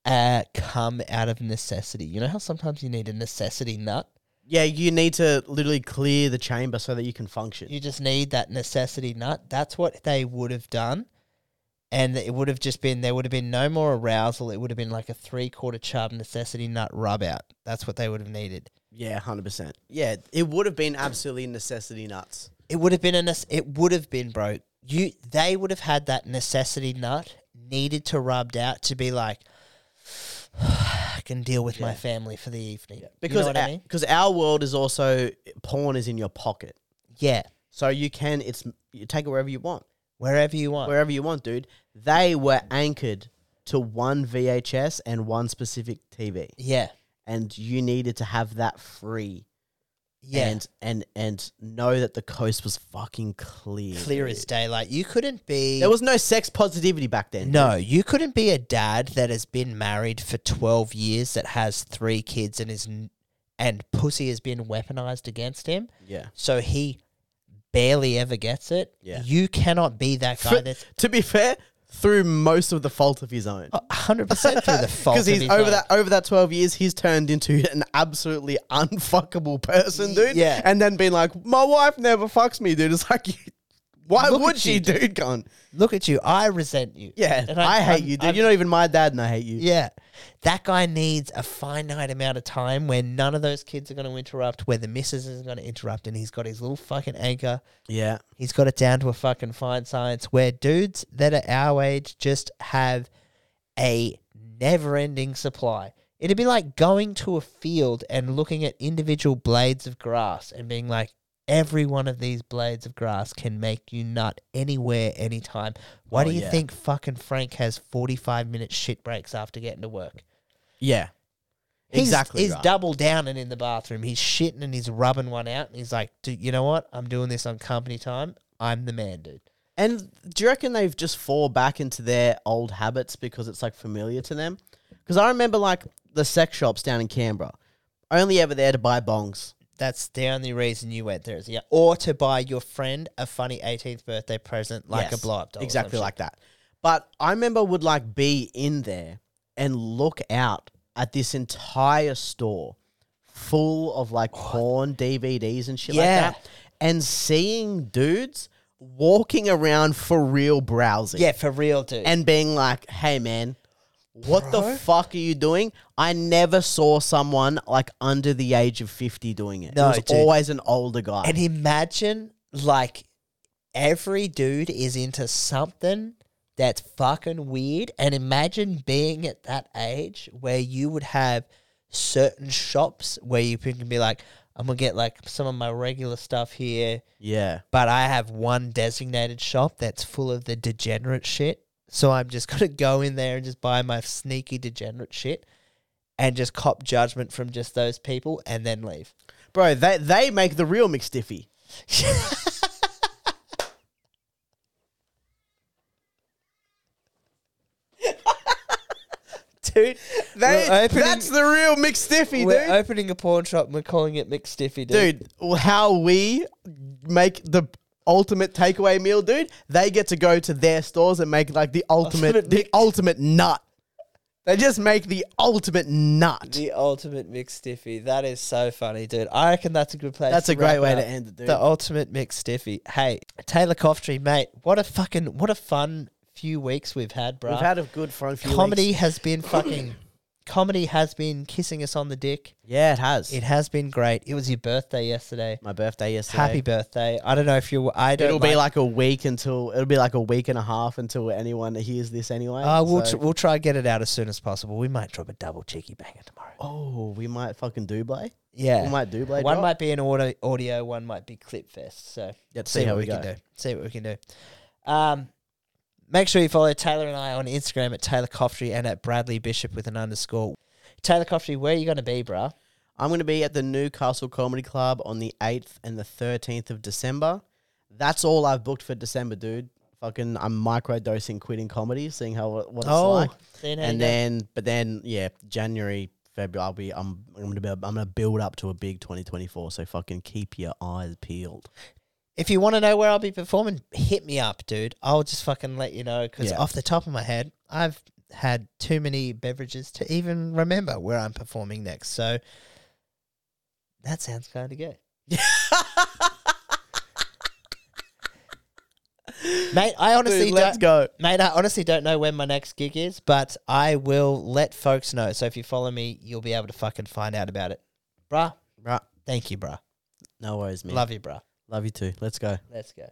uh come out of necessity. You know how sometimes you need a necessity nut?
Yeah, you need to literally clear the chamber so that you can function.
You just need that necessity nut. That's what they would have done. And it would have just been there would have been no more arousal. It would have been like a three quarter chub necessity nut rub out. That's what they would have needed.
yeah, hundred percent. Yeah, it would have been absolutely necessity nuts.
It would have been a nece- it would have been bro. You they would have had that necessity nut needed to rubbed out to be like I can deal with my family for the evening.
Because
you know what
our-
I mean?
because our world is also porn is in your pocket,
Yeah.
so you can it's you take it wherever you want,
Wherever you want.
wherever you want, dude. They were anchored to one VHS and one specific TV,
yeah.
and you needed to have that free.
Yeah.
and and and know that the coast was fucking clear.
Clear as day. Like you couldn't be
There was no sex positivity back then.
No, you couldn't be a dad that has been married for 12 years that has 3 kids and is n- and pussy has been weaponized against him.
Yeah.
So he barely ever gets it.
Yeah.
You cannot be that guy that's
to be fair, through most of the fault of his own.
Oh, hundred percent through the fault.
Because
of
he's
his
over
own.
that over that twelve years, he's turned into an absolutely unfuckable person, dude.
Yeah.
and then been like, my wife never fucks me, dude. It's like, why
Look
would
at
she,
you,
dude? Gone.
Look at you. I resent you.
Yeah,
And
I, hate
I'm-
you, dude.
I'm-
You're not even my dad, and I hate you.
yeah. That guy needs a finite amount of time where none of those kids are going to interrupt, where the missus isn't going to interrupt, and he's got his little fucking anchor.
yeah,
He's got it down to a fucking fine science where dudes that are our age just have a never ending supply. It'd be like going to a field and looking at individual blades of grass and being like, every one of these blades of grass can make you nut anywhere, anytime. Why
Oh,
do you
yeah.
think fucking Frank has 45 minute shit breaks after getting to work?
yeah.
He's,
exactly.
He's
right.
double down and in the bathroom. He's shitting and he's rubbing one out. And he's like, dude, you know what? I'm doing this on company time. I'm the man, dude.
And do you reckon they've just fall back into their old habits because it's like familiar to them? Because I remember like the sex shops down in Canberra, only ever there to buy bongs.
That's the only reason you went there is yeah, or to buy your friend a funny 18th birthday present like
Yes,
a blow up doll. or
exactly
some
like that. But I remember would like be in there and look out at this entire store full of like porn DVDs and shit
Yeah.
like that, and seeing dudes walking around for real browsing.
shit. Yeah, for real, dude.
and being like, "Hey, man, what the fuck are you doing?" I never saw someone like under the age of fifty doing it.
No,
it was
dude.
always an older guy.
and imagine like every dude is into something that's fucking weird. And imagine being at that age where you would have certain shops where you can be like, I'm gonna get like some of my regular stuff here.
yeah,
but I have one designated shop that's full of the degenerate shit. So I'm just gonna go in there and just buy my sneaky degenerate shit and just cop judgment from just those people and then leave.
bro, they they make the real McStiffy.
Dude,
They,
We're opening-
that's the real McStiffy,
we're
dude.
opening a porn shop and we're calling it McStiffy, dude.
dude, how we make the ultimate takeaway meal, dude? They get to go to their stores and make like the ultimate,
Ultimate
the
Mc-
ultimate nut. They just make the ultimate nut.
The ultimate McStiffy. That is so funny, dude. I reckon that's a good place.
That's a great
wrap
way
up.
to end it, dude.
The ultimate McStiffy. Hey, Taylor Coftree, mate. What a fucking what a fun few weeks we've had, bro.
We've had a good front few
comedy
weeks.
has been fucking comedy has been kissing us on the dick.
Yeah, it has.
It has been great. It was your birthday yesterday.
My birthday yesterday.
Happy birthday. I don't know if you I don't
It'll be like a week until it'll be like a week and a half until anyone hears this anyway.
uh, we'll
so-
tr- we'll try and get it out as soon as possible. We might drop a double cheeky banger tomorrow.
oh, we might fucking do play.
Yeah.
We might do blade
One
drop.
might be an audio, audio, one might be clip fest. So
Let's
see,
see how
what
we
we, can
go.
do. See what we can do. Um, make sure you follow Taylor and I on Instagram at Taylor Coftree and at Bradley Bishop with an underscore. Taylor Coftree, where are you going to be, bruh?
I'm going to be at the Newcastle Comedy Club on the 8th and the 13th of December. That's all I've booked for December, dude. Fucking, I'm microdosing quitting comedy, seeing how what it's
Oh,
like.
seeing how you
and
go.
then, but then, yeah, January, February, I'll be. I'm. I'm gonna be. I'm gonna build up to a big 2024. So fucking keep your eyes peeled.
If you want to know where I'll be performing, hit me up, dude. I'll just fucking let you know because
Yeah.
off the top of my head, I've had too many beverages to even remember where I'm performing next. So that sounds kind of good. Mate, I honestly
Dude,
don't,
let's go.
mate, I honestly don't know when my next gig is, but I will let folks know. So if you follow me, you'll be able to fucking find out about it. Bruh,
Right.
thank you, bruh.
No worries, man.
Love you, bruh.
Love you too. Let's go.
Let's go.